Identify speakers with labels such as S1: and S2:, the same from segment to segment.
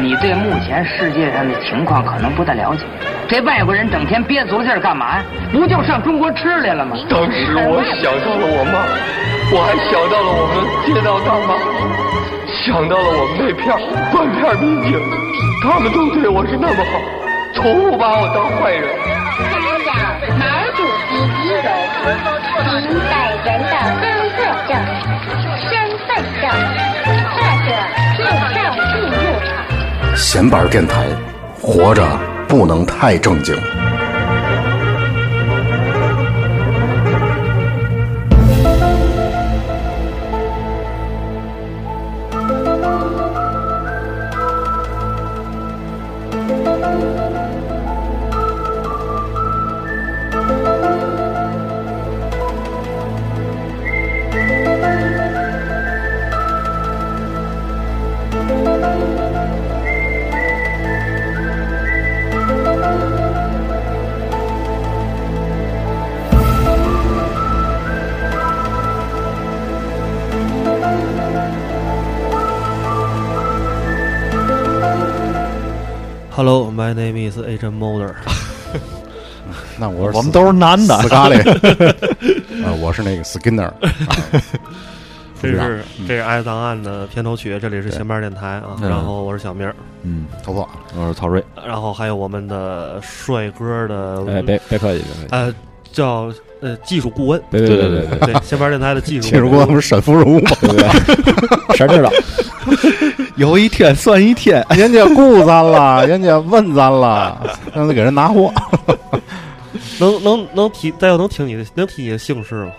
S1: 你对目前世界上的情况可能不太了解。这外国人整天憋足了劲儿干嘛呀？不就上中国吃来了吗？
S2: 当时我想到了我妈，我还想到了我们街道大妈，想到了我们那片儿断片儿民警，他们都对我是那么好，从不把我当坏人。
S3: 家长毛主席遗容，您本人的工作证、身份证，或者护照记录。
S4: 闲板电台，活着不能太正经。
S5: Hello, my name is Agent Mulder。
S4: 那我
S6: 我们都是男的
S4: 斯，卡利， 呃，我是那个 Skinner，
S5: 这
S4: 长
S5: 是这是《爱档案》的嗯片头曲，这里是闲班电台啊。
S6: 嗯
S5: 然后我是小明儿，
S6: 嗯，
S4: 头发
S6: 我是曹睿。
S5: 然后还有我们的帅哥的
S7: 哎，别别客气，别客气，
S5: 呃叫呃技术顾问，
S7: 别别别别别
S5: 对闲班电台的技术
S4: 进入过不是沈芙蓉吗？
S7: 别别，谁知道？
S6: 有一天算一天，
S4: 人家雇咱了，人家问咱了，让他给人拿货。
S5: 能能能提，再有能听你的能提你的姓氏吗？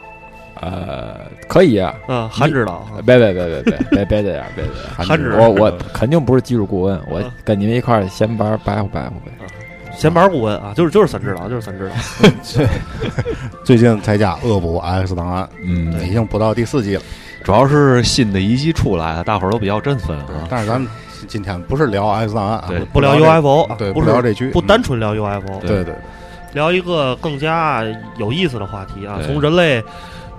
S7: 呃，可以啊，
S5: 啊，韩指导啊，
S7: 别别别别别别别这样，别 这样。
S5: 韩
S6: 啊
S5: 指嗯
S7: 我我肯定不是技术顾问，
S6: 嗯
S7: 我跟你们一块儿闲玩白活白活呗。
S5: 闲班顾问啊，就是就是三指导，就是三指导。
S4: 最近才加恶补 X 档案，
S6: 嗯，
S4: 已经补到第四季了。
S6: 主要是新的一季出来了，大伙儿都比较振奋啊。
S4: 但是咱们今天不是聊 X 档案啊，
S6: 对
S5: 不聊
S4: 这
S5: UFO，啊
S4: 对，
S5: 不
S4: 不
S5: 是
S4: 聊这区，
S5: 不单纯聊 UFO，
S4: 对对
S5: 聊一个更加有意思的话题啊！
S6: 对
S5: 从人类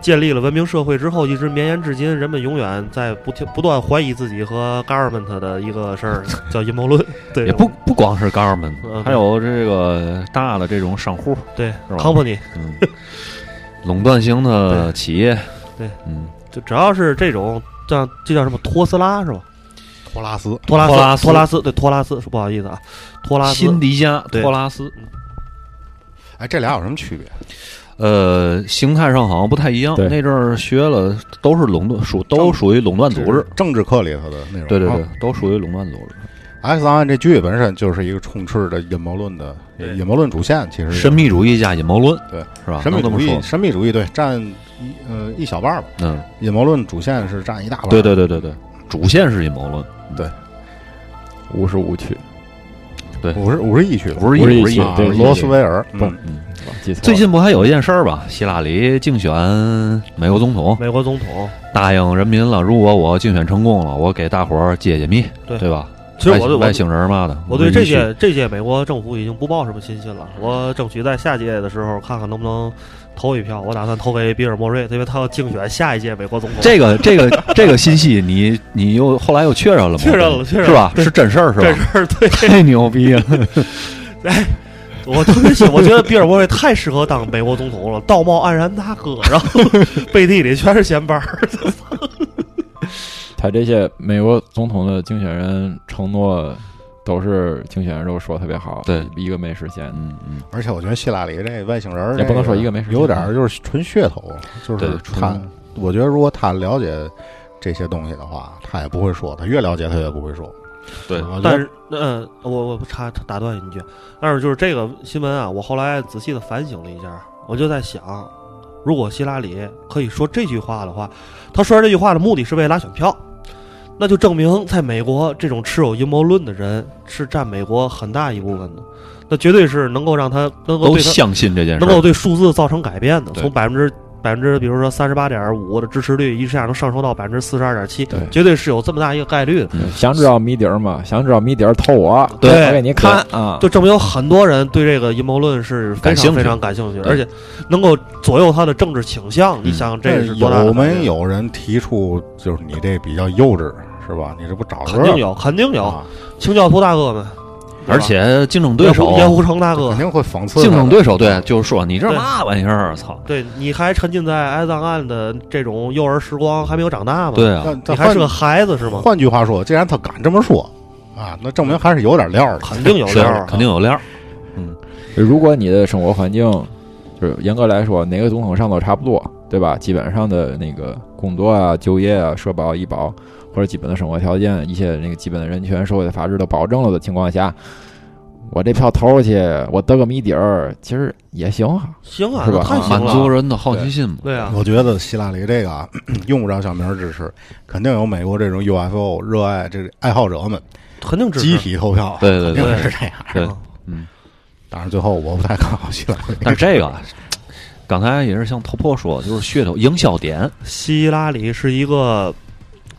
S5: 建立了文明社会之后，一直绵延至今，人们永远在不停不断怀疑自己和 government 的一个事 儿，叫阴谋论。对，
S6: 也不不光是 government，
S5: 嗯
S6: 还有这个大的这种商户，
S5: 对
S6: 吧
S5: company，
S6: 嗯，垄断型的企业，
S5: 对对
S6: 嗯，
S5: 就只要是这种叫这叫什么托斯拉是吧？
S4: 托拉斯
S5: 托拉斯
S6: 托拉斯
S5: 托拉斯对托拉斯，不好意思啊，托拉斯
S6: 辛迪加、
S5: 对
S6: 托拉斯，
S4: 哎，这俩有什么区别？
S6: 呃，形态上好像不太一样。
S7: 对
S6: 那阵儿学了，都是垄断，属都属于垄断组织。
S4: 政治课里头的内容。
S6: 对对
S4: 啊
S6: 对，都属于垄断组织。
S4: X 档案这剧本身就是一个充斥着阴谋论的阴谋论主线，其实是
S6: 神秘主义加阴谋论，
S4: 对，
S6: 是吧？
S4: 神秘
S6: 能这
S4: 主
S6: 么
S4: 义，
S6: 说，
S4: 神秘主义对占一呃一小半儿吧，
S6: 嗯，
S4: 阴谋论主线是占一大半儿。
S6: 对对对对对，主线是阴谋论，
S7: 无十五区，
S4: 五十五十亿去了，
S6: 不是
S7: 不是
S6: 一
S7: 一
S6: 不是一
S7: 起。
S4: 啊
S7: 对
S4: 罗斯威尔，
S7: 不
S4: 嗯
S7: 记错了
S6: 最近不还有一件事儿吧？希拉里竞选美国总统，
S5: 美国总统。
S6: 答应人民了，如果我竞选成功了，我给大伙儿解解密，
S5: 对
S6: 对吧？
S5: 其实我对
S6: 外
S5: 我
S6: 外星人嘛的，
S5: 我对这
S6: 些。
S5: 届这届美国政府已经不抱什么信心了，我争取在下届的时候看看能不能投一票。我打算投给比尔·莫瑞，因为他要竞选下一届美国总统。
S6: 这个这个这个信息你，你又后来又确认了吗？
S5: 确认了确认了
S6: 是吧？是真事儿是
S5: 这
S6: 吧？
S5: 事儿对
S7: 太牛逼了，
S5: 我特别喜，我觉得比尔·莫瑞太适合当美国总统了，道貌岸然大哥，然后背地里全是闲班儿。
S7: 他这些美国总统的竞选人承诺都是竞选人都说得特别好，
S6: 对，
S7: 一个没实现。
S6: 嗯嗯，
S4: 而且我觉得希拉里这外星人儿
S7: 也不能说一个
S4: 这
S7: 没实现
S4: 有点儿就是纯噱头，啊就
S6: 对
S4: 是他
S6: 纯，
S4: 我觉得如果他了解这些东西的话，他也不会说，他越了解他越不会说。啊
S6: 对
S4: 我觉得
S5: 但是，嗯、我我插打断一句，但是就是这个新闻啊，我后来仔细的反省了一下，我就在想，如果希拉里可以说这句话的话，他说这句话的目的是为拉选票，那就证明在美国这种持有阴谋论的人是占美国很大一部分的，那绝对是能够让他能够
S6: 都
S5: 对他
S6: 相信这件事
S5: 能
S6: 儿
S5: 够，对数字造成改变的，
S6: 对
S5: 从百分之百分之比如说三十八点五的支持率，一下能上升到百分之四十二点七
S7: 对，
S5: 绝对是有这么大一个概率的。
S7: 嗯想知道谜底儿吗？想知道谜底儿，透我，
S5: 对
S7: 我给你看啊。
S5: 就证明有很多人对这个阴谋论是非
S6: 感兴
S5: 常
S6: 趣
S5: 非常感兴趣，
S6: 对嗯
S5: 而且能够左右他的政治倾向。你想想这是多大的
S4: 嗯有
S5: 概率
S4: 没？有人提出就是你这比较幼稚是吧？你这不找乐
S5: 肯定有，肯定有。
S4: 啊
S5: 清教徒大哥们，对吧
S6: 而且竞争对手
S5: 盐湖城大哥
S4: 肯，定会讽刺
S6: 竞争
S4: 他的
S6: 对手对，就是说你这
S5: 对
S6: 嘛玩意儿，操！
S5: 对，你还沉浸在爱档案的这种幼儿时光，还没有长大吗？，
S6: 对啊，
S4: 但
S5: 你
S4: 但
S5: 还
S4: 换
S5: 是个孩子是吗？
S4: 换句话说，既然他敢这么说啊，那证明还是有点料的。
S5: 肯定有料
S6: 是
S5: 儿，
S6: 肯定有料儿。
S7: 如果你的生活环境，就是严格来说，哪个总统上都差不多，对吧？基本上的那个工作啊、就业啊、社保、医保或者基本的生活条件，一些那个基本的人权、社会的法治都保证了的情况下，我这票投出去，我得个谜底儿，其实也行啊。
S5: 行啊，
S7: 是
S5: 那
S7: 吧
S5: 太行
S6: 满足
S5: 了。
S6: 人的好奇心嘛。
S5: 对啊，
S4: 我觉得希拉里这个 啊，用不着小明儿支持，肯定有美国这种 UFO 热爱这个爱好者们
S5: 肯定支
S4: 集
S5: 持。
S4: 体投票，
S6: 对
S4: 肯
S6: 对对
S4: 定是这样。
S6: 对
S5: 啊，
S6: 嗯。
S4: 当然，最后我不太看好 希拉里。
S6: 但是这个，刚才也是像头破说，就是噱头营销点，
S5: 希拉里是一个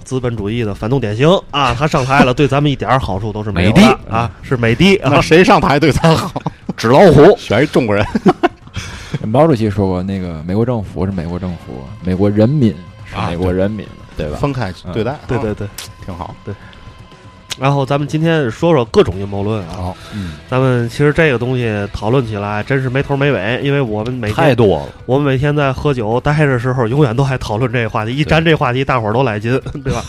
S5: 资本主义的反动典型啊，他上台了，对咱们一点儿好处都是没有的
S6: 美嗯帝
S5: 啊，是美帝啊
S4: 那，谁上台对 咱好？
S6: 纸老虎。
S4: 选一中国人。
S7: 毛主席说过，那个美国政府是美国政府，美国人民是
S4: 啊
S7: 美国人民，对吧？
S4: 分开对待，
S5: 对
S4: 啊
S5: 对对。
S4: 挺好。
S5: 然后咱们今天说说各种阴谋论啊，
S4: 好，
S7: 嗯，
S5: 咱们其实这个东西讨论起来真是没头没尾，因为我们每
S6: 太
S5: 天
S6: 多了，
S5: 我们每天在喝酒待着的时候，永远都还讨论这个话题，一沾这话题，大伙儿都来 劲，对吧？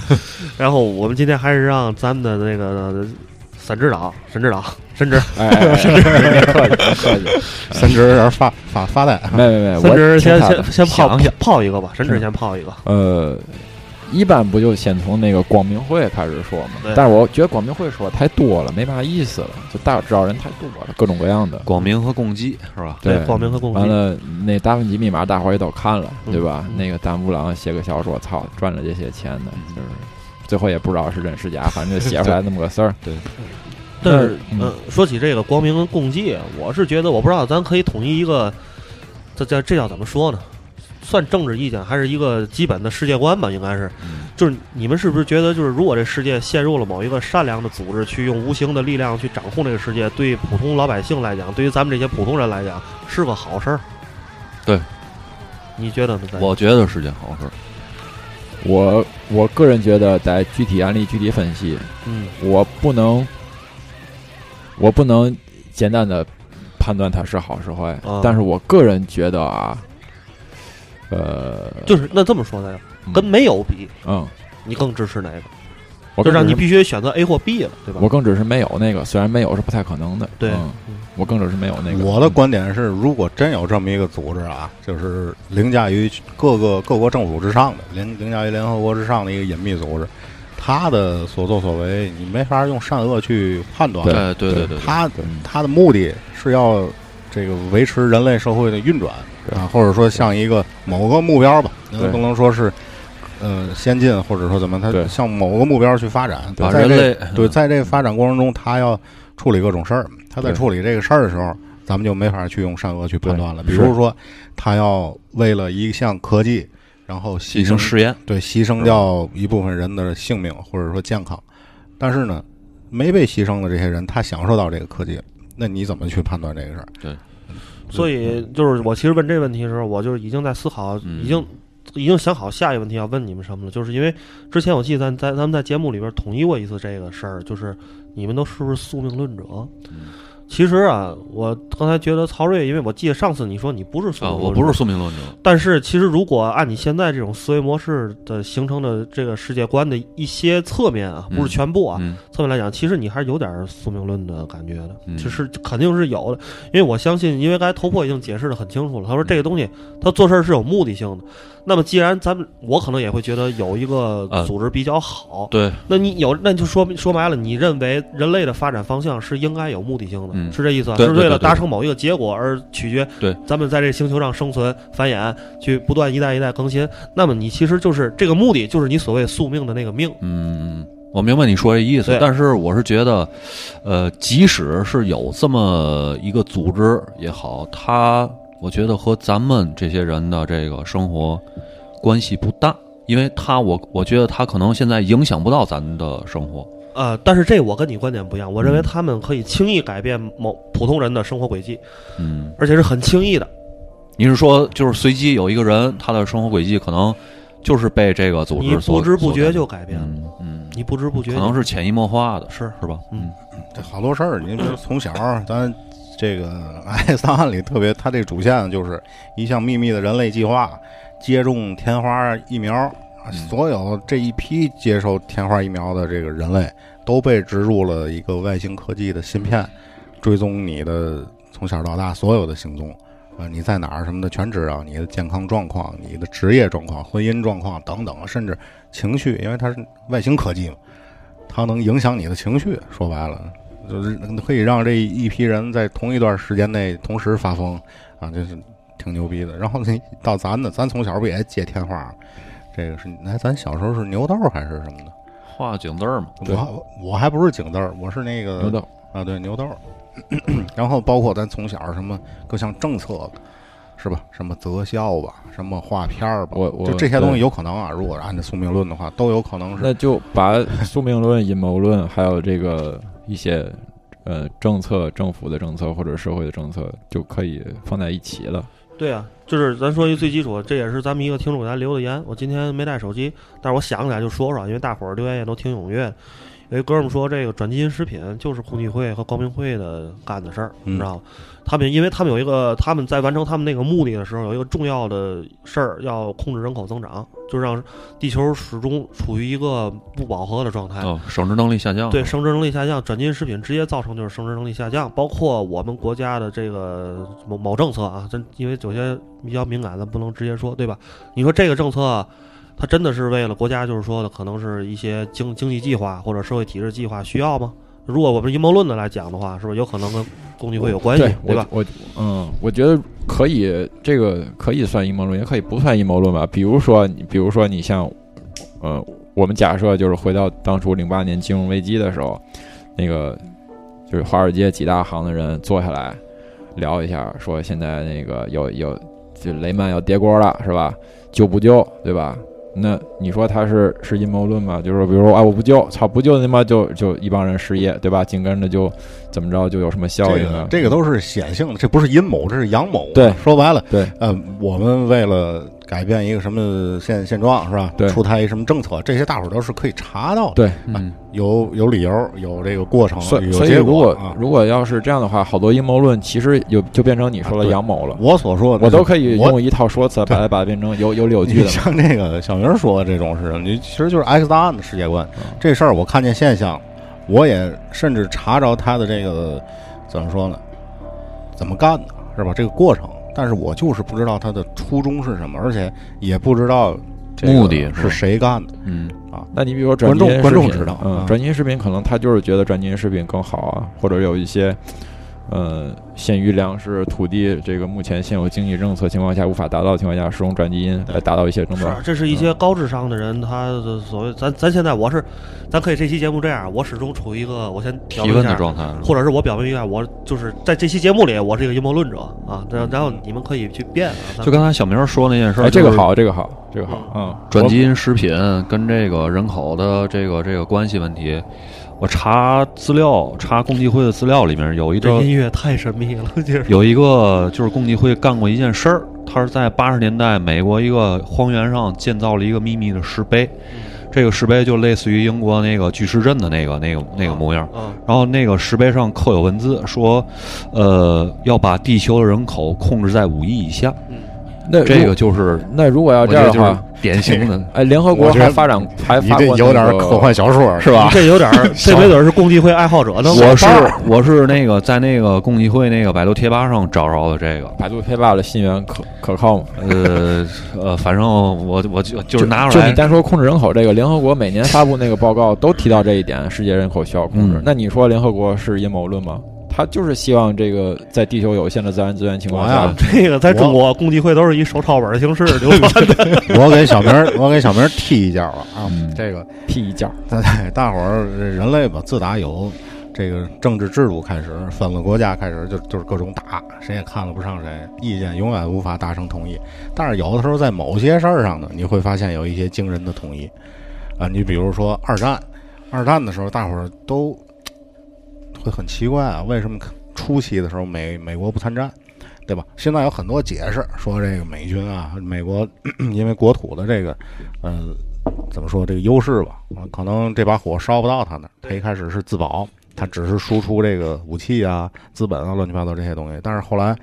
S5: 然后我们今天还是让咱们的那个沈指导、沈指导、沈指
S7: 哎哎，哎别客气，别客气，
S4: 三直人发发发呆，
S7: 没没没，
S5: 沈
S7: 我
S5: 指先
S7: 听他的
S5: 先先泡
S6: 想嗯想
S5: 泡一个吧，沈指先泡一个，
S7: 呃，一般不就先从那个光明会开始说嘛
S5: 对？
S7: 但是我觉得光明会说太多了，没嘛意思了，就大伙知道人太多了，各种各样的。
S6: 光明和共济是吧？
S5: 对
S7: 对，
S5: 光明和共济
S7: 完了，那《达芬奇密码》大伙儿也都看了，对吧？
S5: 嗯嗯嗯
S7: 那个弹幕郎写个小说，操，赚了这些钱的，就是最后也不知道是真是假，反正就写出来那么个事儿。
S5: 但是，
S7: 嗯
S5: 呃，说起这个光明共济，我是觉得，我不知道咱可以统一一个，这叫这叫怎么说呢？算政治意见，还是一个基本的世界观吧？应该是，
S7: 嗯
S5: 就是你们是不是觉得，就是如果这世界陷入了某一个善良的组织去用无形的力量去掌控这个世界，对普通老百姓来讲，对于咱们这些普通人来讲，是个好事儿？
S6: 对，
S5: 你觉得呢？咱
S6: 我觉得是件好事儿。
S7: 我我个人觉得，在具体案例具体分析，
S5: 嗯，
S7: 我不能，我不能简单的判断它是好是坏，
S5: 啊
S7: 但是我个人觉得啊，呃，
S5: 就是那这么说的呀，
S7: 嗯
S5: 跟没有比，
S7: 嗯，
S5: 你更支持哪个？
S7: 我
S5: 就
S7: 更
S5: 让你
S7: 只是
S5: 必须选择 A 或 B 了，对吧？
S7: 我更只是没有那个，虽然没有是不太可能的，
S5: 对
S7: 嗯
S5: 嗯
S7: 我更只是没有那个。
S4: 我的观点是，如果真有这么一个组织啊，就是凌驾于各个各国政府之上的，凌凌驾于联合国之上的一个隐秘组织，他的所作所为，你没法用善恶去判断。
S7: 对
S6: 哎对
S7: 对
S6: 对，
S4: 他
S7: 嗯
S4: 他的目的是要这个维持人类社会的运转
S7: 对
S4: 啊，或者说像一个某个目标吧，那
S7: 对
S4: 不能说是呃先进或者说怎么，它
S7: 对
S4: 向某个目标去发展。
S6: 把
S4: 在
S6: 人
S4: 这
S6: 类
S4: 对，在这个发展过程中，他要处理各种事儿。他在
S7: 对
S4: 处理这个事儿的时候，咱们就没法去用善恶去判断了。比
S7: 对
S4: 如说，他要为了一项科技，然后
S6: 进
S4: 牺
S6: 行
S4: 牲
S6: 试验，
S4: 对牺牲掉一部分人的性命或者说健康，但是呢，没被牺牲的这些人，他享受到这个科技，那你怎么去判断这个事儿？
S5: 所以就是我其实问这问题的时候，我就是已经在思考，
S6: 嗯
S5: 已经已经想好下一个问题要问你们什么了。就是因为之前我记得咱咱咱们在节目里边统一过一次这个事儿，就是你们都是不是宿命论者？
S6: 嗯
S5: 其实啊，我刚才觉得曹睿，因为我记得上次你说你不是宿
S6: 啊，
S5: 命论者，
S6: 我不是宿命论者，
S5: 但是其实如果按你现在这种思维模式的形成的这个世界观的一些侧面啊，
S6: 嗯
S5: 不是全部啊，
S6: 嗯，
S5: 侧面来讲，其实你还是有点儿宿命论的感觉的，
S6: 嗯
S5: 就是肯定是有的，因为我相信，因为刚才头破已经解释的很清楚了，他说这个东西他做事儿是有目的性的。那么既然咱们，我可能也会觉得有一个
S6: 呃
S5: 组织比较好，
S6: 对，
S5: 那你有，那就说明说白了，你认为人类的发展方向是应该有目的性的，
S6: 嗯
S5: 是这意思吧？
S6: 对
S5: 是为
S6: 对
S5: 了
S6: 对对
S5: 达成某一个结果而取决
S6: 对
S5: 咱们在这星球上生存繁衍，去不断一代一代更新。那么你其实就是这个目的，就是你所谓宿命的那个命。
S6: 嗯，我明白你说这意思
S5: 对，
S6: 但是我是觉得，呃，即使是有这么一个组织也好，它我觉得和咱们这些人的这个生活关系不大，因为他我我觉得他可能现在影响不到咱的生活。
S5: 呃，但是这我跟你观点不一样，我认为
S6: 嗯
S5: 他们可以轻易改变某普通人的生活轨迹，
S6: 嗯，
S5: 而且是很轻易的。
S6: 你是说就是随机有一个人，他的生活轨迹可能就是被这个组织
S5: 你
S6: 所
S5: 不知不觉
S6: 所
S5: 就改
S6: 改
S5: 变了，
S6: 嗯嗯，
S5: 你不知不觉
S6: 可
S5: 就
S6: 能是潜移默化的，
S5: 是
S6: 是吧？
S5: 嗯
S4: 这好多事儿，你比如从小咱这个 《爱档案》里特别，它这主线就是一项秘密的人类计划，接种天花疫苗，啊所有这一批接受天花疫苗的这个人类都被植入了一个外星科技的芯片，追踪你的从小到大所有的行踪。啊，你在哪儿什么的全知道，你的健康状况、你的职业状况、婚姻状况等等，甚至情绪，因为它是外星科技嘛，它能影响你的情绪。说白了，就是可以让这一批人在同一段时间内同时发疯啊，就是挺牛逼的。然后那到咱呢， 咱从小不也接天花？这个是哎，咱小时候是牛痘还是什么的？
S6: 画井字儿嘛，
S7: 对
S4: 我我还不是井字儿，我是那个
S7: 牛痘，
S4: 啊，对牛痘儿。 然后包括咱从小什么各项政策，是吧？什么择校吧，什么画片儿吧，
S7: 我我
S4: 就这些东西
S7: 对
S4: 有可能啊。如果是按照宿命论的话，都有可能是
S7: 那就把宿命论、阴谋论，还有这个一些呃政策、政府的政策或者社会的政策，就可以放在一起了。
S5: 对啊，就是咱说一最基础的，这也是咱们一个听众给咱留的言。我今天没带手机，但是我想起来就说说，因为大伙儿留言也都挺踊跃的。有一哥们说，这个转基因食品就是共济会和光明会的干的事儿，
S4: 嗯
S5: 你知道吗？他们因为他们有一个，他们在完成他们那个目的的时候，有一个重要的事儿，要控制人口增长，就让地球始终处于一个不饱和的状态。
S6: 哦，生殖能力下降，
S5: 对，生殖能力下降，转基因食品直接造成就是生殖能力下降，包括我们国家的这个某某政策啊，真因为有些比较敏感的不能直接说，对吧？你说这个政策啊，它真的是为了国家，就是说的可能是一些经经济计划或者社会体制计划需要吗？如果我们阴谋论的来讲的话，是不是有可能跟共济会有关系，
S7: 对
S5: 对吧？
S7: 我我嗯，我觉得可以，这个可以算阴谋论，也可以不算阴谋论吧。比如说，你比如说你像，呃，我们假设就是回到当初零八年金融危机的时候，那个就是华尔街几大行的人坐下来聊一下，说现在那个有有就雷曼要跌锅了，是吧？救不救，对吧？那你说他是是阴谋论吗？就是说比如说，哎，我不救，操，不救他妈就就一帮人失业，对吧？紧跟着就怎么着就有什么效
S4: 这
S7: 应
S4: 个
S7: 啊？
S4: 这个都是显性的，这不是阴谋，这是阳谋啊。
S7: 对
S4: 说白了，
S7: 对，
S4: 呃，我们为了改变一个什么现现状是吧？
S7: 对
S4: 出台一什么政策，这些大伙儿都是可以查到的，啊
S7: 对，
S6: 嗯，
S4: 有有理由，有这个过程，
S7: 所以
S4: 哦有
S7: 所以
S4: 结
S7: 如
S4: 果
S7: 果、
S4: 啊。
S7: 如果要是这样的话，好多阴谋论其实有就变成你说
S4: 啊
S7: 的
S4: 对
S7: 阳谋了。
S4: 我所说的，
S7: 我都可以
S4: 我
S7: 用一套说辞把它把它变成有有理有据
S4: 你
S7: 的嘛。
S4: 像这个小明说的这种事，你其实就是 X 档案的世界观。
S7: 嗯
S4: 这事儿我看见现象，我也甚至查着他的这个怎么说呢？怎么干的，是吧？这个过程，但是我就是不知道他的初衷是什么，而且也不知道这个
S6: 目的是吧
S4: 是谁干的。
S6: 嗯，
S7: 那你比如说转基因
S4: 观众观众
S7: 食品
S4: 知道啊
S7: 嗯，转基因食品可能他就是觉得转基因食品更好啊，或者有一些，呃，限于粮食、土地这个目前现有经济政策情况下无法达到的情况下，使用转基因来达到一些政
S5: 是啊
S7: 策。，
S4: 嗯
S5: 这是一些高智商的人，他的所谓咱咱现在我是，咱可以这期节目这样，我始终处于一个我先表
S6: 提
S5: 明一
S6: 问的
S5: 下，
S6: 状态
S4: 嗯
S6: 是吧，
S5: 或者是我表明一下，我就是在这期节目里，我是一个阴谋论者
S4: 嗯
S5: 啊，然然后你们可以去辩啊。咱
S6: 就刚才小明说那件事儿，
S7: 哎，这个
S6: 就是
S7: 好，这个好，这个好，嗯，
S6: 转
S7: 我
S6: 基因食品跟这个人口的这个这个关系问题，我查资料，查共济会的资料里面有一
S5: 这
S6: 个
S5: 音乐太神秘了，就是
S6: 有一个就是共济会干过一件事儿，他是在八十年代美国一个荒原上建造了一个秘密的石碑，
S7: 嗯
S6: 这个石碑就类似于英国那个巨石阵的那个那个那个模样。
S5: 嗯，
S6: 然后那个石碑上刻有文字说，呃，要把地球的人口控制在五亿以下，
S7: 那
S6: 这个
S7: 如
S6: 就是
S7: 那如果要
S6: 我
S7: 这
S6: 觉得
S7: 样的
S6: 就
S7: 话
S6: 是，典型 的
S7: 哎，联合国
S4: 我觉得
S7: 还发展还
S4: 你
S7: 发
S4: 这
S7: 过
S4: 有点
S7: 那个
S4: 科幻小说是吧？
S5: 这有点 儿，这没准儿是共济会爱好者呢。
S6: 我是我是那个在那个共济会那个百度贴吧上找着的这个，
S7: 百度贴吧的信源可可靠吗？
S6: 呃呃，反正我我就就是拿出
S7: 就你
S6: 来，
S7: 单说控制人口这个，联合国每年发布那个报告都提到这一点，世界人口需要控制。
S6: 嗯
S7: 那你说联合国是阴谋论吗？他就是希望这个在地球有限的自然资源情况
S4: 我呀
S7: 下，
S5: 这个在中 国共济会都是以手抄本儿形式流传的。
S4: 我给小明儿，我给小明儿踢一脚了啊！
S6: 嗯
S4: 这个
S7: 踢一脚。
S4: 大大伙儿人类吧，自打有这个政治制度开始，反了国家开始就就是各种打，谁也看了不上谁，意见永远无法达成统一。但是有的时候在某些事儿上呢，你会发现有一些惊人的统一。啊，你比如说二战，二战的时候大伙儿都会很奇怪啊，为什么初期的时候美美国不参战，对吧？现在有很多解释说这个美军啊，美国 咳咳因为国土的这个，嗯、怎么说这个优势吧，啊可能这把火烧不到他那儿，他一开始是自保，他只是输出这个武器啊、资本啊、乱七八糟这些东西，但是后来。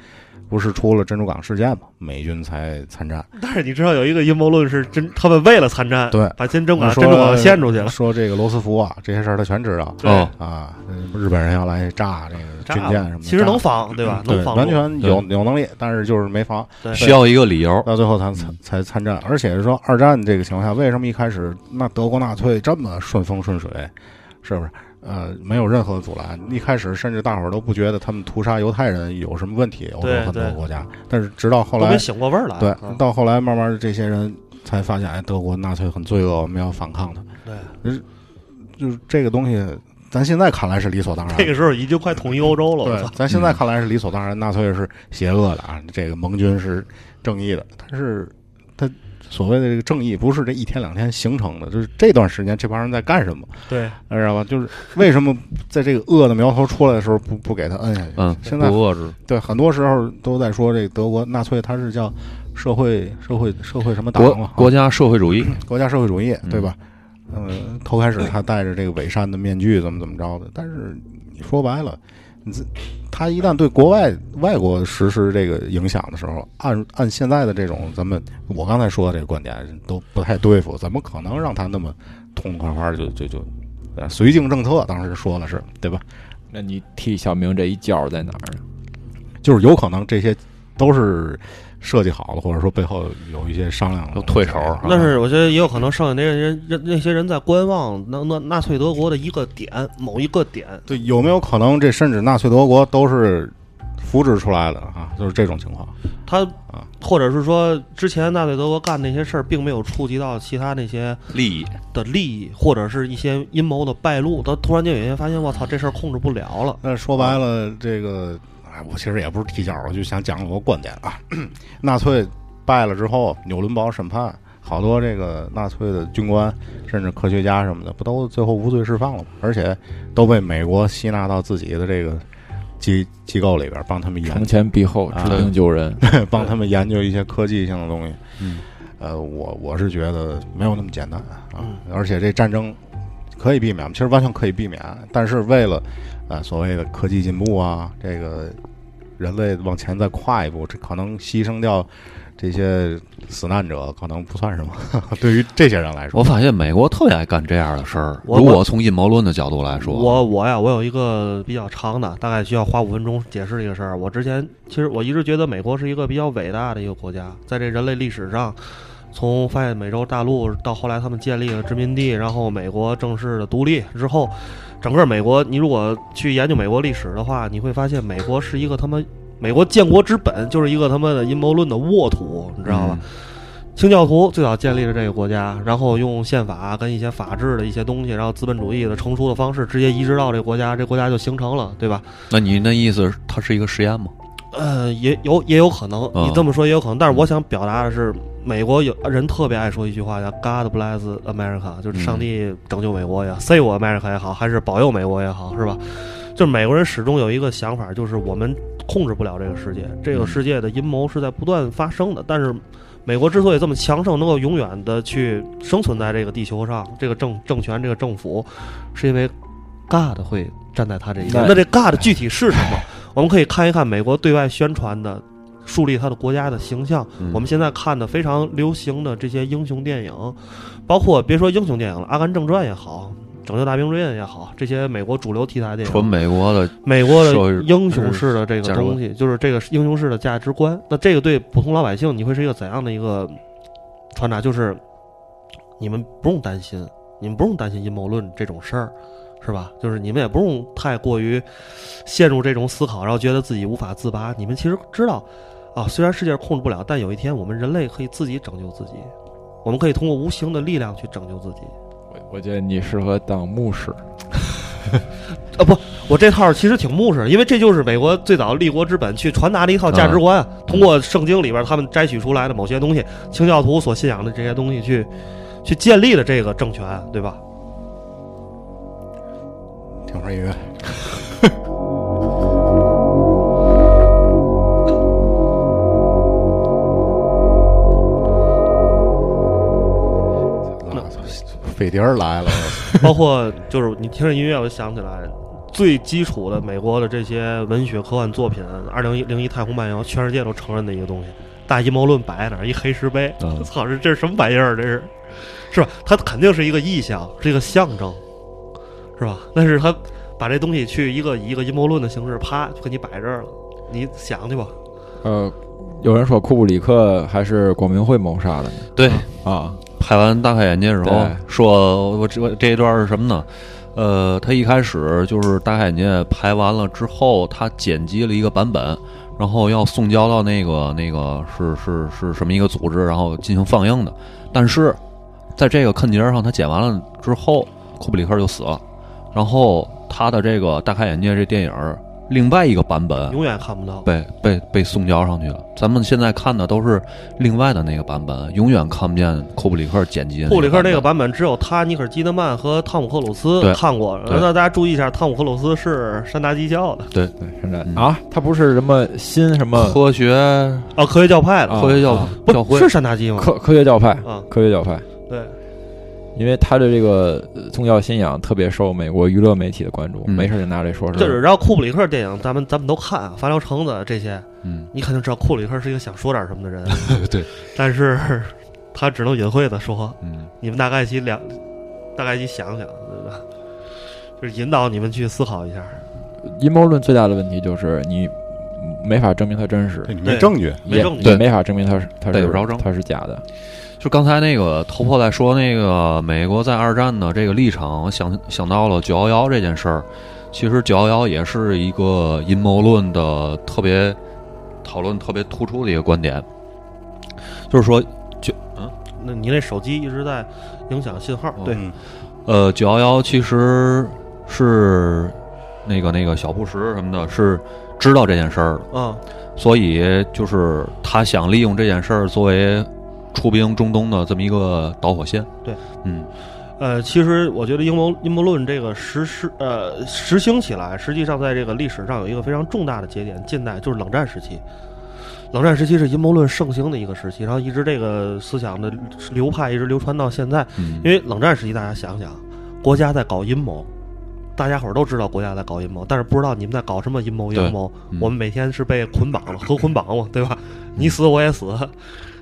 S4: 不是出了珍珠港事件嘛，美军才参战。
S5: 但是你知道有一个阴谋论是真，他们为了参战，
S4: 对
S5: 把啊金针港
S4: 啊说
S5: 珍珠港献出去了。
S4: 说这个罗斯福啊，这些事儿他全知道。
S5: 对
S6: 哦
S4: 啊，嗯日本人要来炸这个
S5: 炸
S4: 军
S5: 了
S4: 舰什么的，
S5: 其实
S4: 炸
S5: 能防对吧？能
S4: 对，
S5: 防
S4: 完
S5: 住
S4: 全有有能力，但是就是没防，
S5: 对
S6: 需要一个理由。
S4: 到最后才才
S5: 嗯
S4: 才参战。而且是说二战这个情况下，为什么一开始那德国纳粹这么顺风顺水，是不是？呃，没有任何阻拦。一开始甚至大伙儿都不觉得他们屠杀犹太人有什么问题，欧洲
S5: 对
S4: 很多
S5: 对
S4: 国家。但是直到后
S5: 都
S4: 来
S5: 没，醒过味儿来。
S4: 对
S5: 啊，
S4: 到后来慢慢这些人才发现，哎，德国纳粹很罪恶，我们要反抗他。
S5: 对，
S4: 就是这个东西，咱现在看来是理所当然的。
S5: 这个时候已经快统一欧洲了。我
S4: 对
S5: 操，
S4: 咱现
S6: 嗯
S4: 在看来是理所当然，纳粹是邪恶的啊，这个盟军是正义的，但是他所谓的这个正义不是这一天两天形成的，就是这段时间这帮人在干什么，
S5: 对，
S4: 知道吧？就是为什么在这个恶的苗头出来的时候不不给他摁下去？
S6: 嗯，
S4: 现在
S6: 不遏制
S4: 对，很多时候都在说这德国纳粹他是叫社会社会社会什么党
S6: 国
S4: 嘛？啊
S6: 国家社会主义，
S4: 国家社会主义，
S6: 嗯
S4: 对吧？呃，头开始他戴着这个伪善的面具，怎么怎么着的，但是你说白了，你这他一旦对国外外国实施这个影响的时候，按按现在的这种咱们我刚才说的这个观点都不太对付，怎么可能让他那么痛痛快快就就就呃绥靖政策？当时说了是对吧？
S7: 那你替小明这一觉在哪儿呢？
S4: 就是有可能这些都是设计好的，或者说背后有一些商量的
S6: 有退手啊
S5: 但是我觉得也有可能剩下那些人，人那些人在观望那那纳粹德国的一个点，某一个点。
S4: 对，有没有可能这甚至纳粹德国都是扶植出来的啊？就是这种情况。
S5: 他
S4: 啊
S5: 或者是说，之前纳粹德国干那些事儿，并没有触及到其他那些
S6: 利益。
S5: 的利益，或者是一些阴谋的败露。他突然间有一天发现，我操，这事儿控制不了了。
S4: 那说白了，这个哎，我其实也不是踢脚，我就想讲我个观点啊。 纳粹败了之后，纽伦堡审判，好多这个纳粹的军官，甚至科学家什么的，不都最后无罪释放了吗？而且都被美国吸纳到自己的这个机机构里边，帮他们研
S7: 承前避后，
S4: 啊
S7: 治病救人。
S4: 帮他们研究一些科技性的东西。
S6: 嗯，
S4: 呃，我我是觉得没有那么简单啊
S5: 嗯，
S4: 而且这战争可以避免，其实完全可以避免，但是为了呃所谓的科技进步啊，这个人类往前再跨一步，这可能牺牲掉这些死难者，可能不算什么。 对于这些人来说，
S6: 我发现美国特别爱干这样的事儿。
S5: 我
S6: 如果从阴谋论的角度来说，
S5: 我我呀，我有一个比较长的，大概需要花五分钟解释这个事儿。我之前其实我一直觉得美国是一个比较伟大的一个国家，在这人类历史上，从发现美洲大陆到后来他们建立了殖民地，然后美国正式的独立之后，整个美国，你如果去研究美国历史的话，你会发现美国是一个他妈美国建国之本就是一个他妈的阴谋论的沃土，你知道吧？
S6: 嗯
S5: 清教徒最早建立了这个国家，然后用宪法啊跟一些法治的一些东西，然后资本主义的成熟的方式直接移植到这个国家，这国家就形成了，对吧？
S6: 那你那意思，它是一个实验吗？
S5: 呃，也有也有可能，
S6: 嗯
S5: 你这么说也有可能，但是我想表达的是，美国有人特别爱说一句话叫 “God bless America”，就是上帝拯救美国也好，save America 也好，还是保佑美国也好，是吧？就是美国人始终有一个想法，就是我们控制不了这个世界，这个世界的阴谋是在不断发生的。但是，美国之所以这么强盛，能够永远的去生存在这个地球上，这个政政权、这个政府，是因为 God 会站在他这一边。
S7: 那
S5: 那这 God 具体是什么？我们可以看一看美国对外宣传的。树立他的国家的形象，
S6: 嗯
S5: 我们现在看的非常流行的这些英雄电影，包括别说英雄电影了，《阿甘正传》也好，《拯救大兵瑞恩》也好，这些美国主流题材电影，
S6: 纯美国的
S5: 美国的
S6: 社会
S5: 英雄式的这
S6: 价
S5: 个
S6: 值观
S5: 东西，就是这个英雄式的价值观。那这个对普通老百姓，你会是一个怎样的一个传达？就是你们不用担心，你们不用担心阴谋论这种事儿，是吧？就是你们也不用太过于陷入这种思考，然后觉得自己无法自拔。你们其实知道，啊，虽然世界控制不了，但有一天我们人类可以自己拯救自己，我们可以通过无形的力量去拯救自己。
S7: 我我觉得你适合当牧师，
S5: 啊，不，我这套其实挺牧师，因为这就是美国最早立国之本去传达的一套价值观，通过圣经里边他们摘取出来的某些东西，清教徒所信仰的这些东西去去建立的这个政权，对吧？
S4: 听会儿音乐。 飞碟儿来了，
S5: 包括就是你听着音乐，我就想起来最基础的美国的这些文学科幻作品，《二零一零一太空漫游》，全世界都承认的一个东西。大阴谋论摆在那儿，一黑石碑，
S6: 嗯
S5: 操、这这是什么玩意儿？这是，是吧？它肯定是一个意象，是一个象征，是吧？但是它把这东西去一个以一个阴谋论的形式，啪就给你摆这儿了，你想去吧。
S7: 呃，有人说库布里克还是光明会谋杀的呢
S6: 对，
S7: 啊，
S6: 拍完大开眼界的时候
S7: 对
S6: 说，我这我这一段是什么呢？呃，他一开始就是大开眼界拍完了之后，他剪辑了一个版本，然后要送交到那个那个是是是什么一个组织，然后进行放映的。但是在这个坎吉尔上，他剪完了之后，库布里克就死了，然后他的这个大开眼界这电影儿另外一个版啊本
S5: 永远看不到。
S6: 被被被送交上去了。咱们现在看的都是另外的那个版本，永远看不见库布里克剪辑的
S5: 库布里克
S6: 那
S5: 那个版
S6: 版
S5: 本只有他、尼可基德曼和汤姆克鲁斯
S6: 对
S5: 看过。
S6: 对
S5: 那大家注意一下，汤姆克鲁斯是山达基教的
S7: 对，现在
S6: 嗯
S7: 啊，他不是什么新什么
S6: 本科学
S5: 哦，科学教派的，
S7: 啊
S6: 科学教
S7: 啊
S6: 教
S5: 不
S6: 会
S5: 是山达基吗？
S7: 科科学教派，
S5: 啊，
S7: 科学教派，
S5: 对，
S7: 因为他的这个呃宗教信仰特别受美国娱乐媒体的关注，
S6: 嗯
S7: 没事就拿这说事儿。
S5: 就是然后库布里克电影，咱们咱们都看啊，《发条橙子》这些，
S6: 嗯，
S5: 你肯定知道库布里克是一个想说点什么的人，
S6: 对，
S5: 但是 他只能隐晦的说，
S6: 嗯，
S5: 你们大概去两，大概去想想，对吧？就是引导你们去思考一下，
S7: 阴谋论最大的问题就是你没法证明它真实，
S4: 这你没证据，
S5: 没
S7: 也
S5: 证据
S7: 也没法证明它是它
S6: 逮
S7: 是
S6: 不着证
S7: 它是假的。
S6: 就刚才那个头破在说那个美国在二战的这个立场，我想想到了九幺幺这件事儿。其实九幺幺也是一个阴谋论的特别讨论特别突出的一个观点，就是说
S5: 那你那手机一直在影响信号，对，
S4: 嗯
S6: 呃，九幺幺其实是那个那个小布什什么的，是知道这件事儿的，
S5: 嗯，
S6: 所以就是他想利用这件事儿作为出兵中东的这么一个导火线。
S5: 对，
S6: 嗯，
S5: 呃，其实我觉得阴谋阴谋论这个实施呃实行起来，实际上在这个历史上有一个非常重大的节点，近代就是冷战时期。冷战时期是阴谋论盛行的一个时期，然后一直这个思想的流派一直流传到现在。
S6: 嗯
S5: 因为冷战时期，大家想想，国家在搞阴谋，大家伙儿都知道国家在搞阴谋，但是不知道你们在搞什么阴谋
S6: 对
S5: 阳谋。
S6: 嗯
S5: 我们每天是被捆绑了，和捆绑嘛，对吧？ 你死我也死，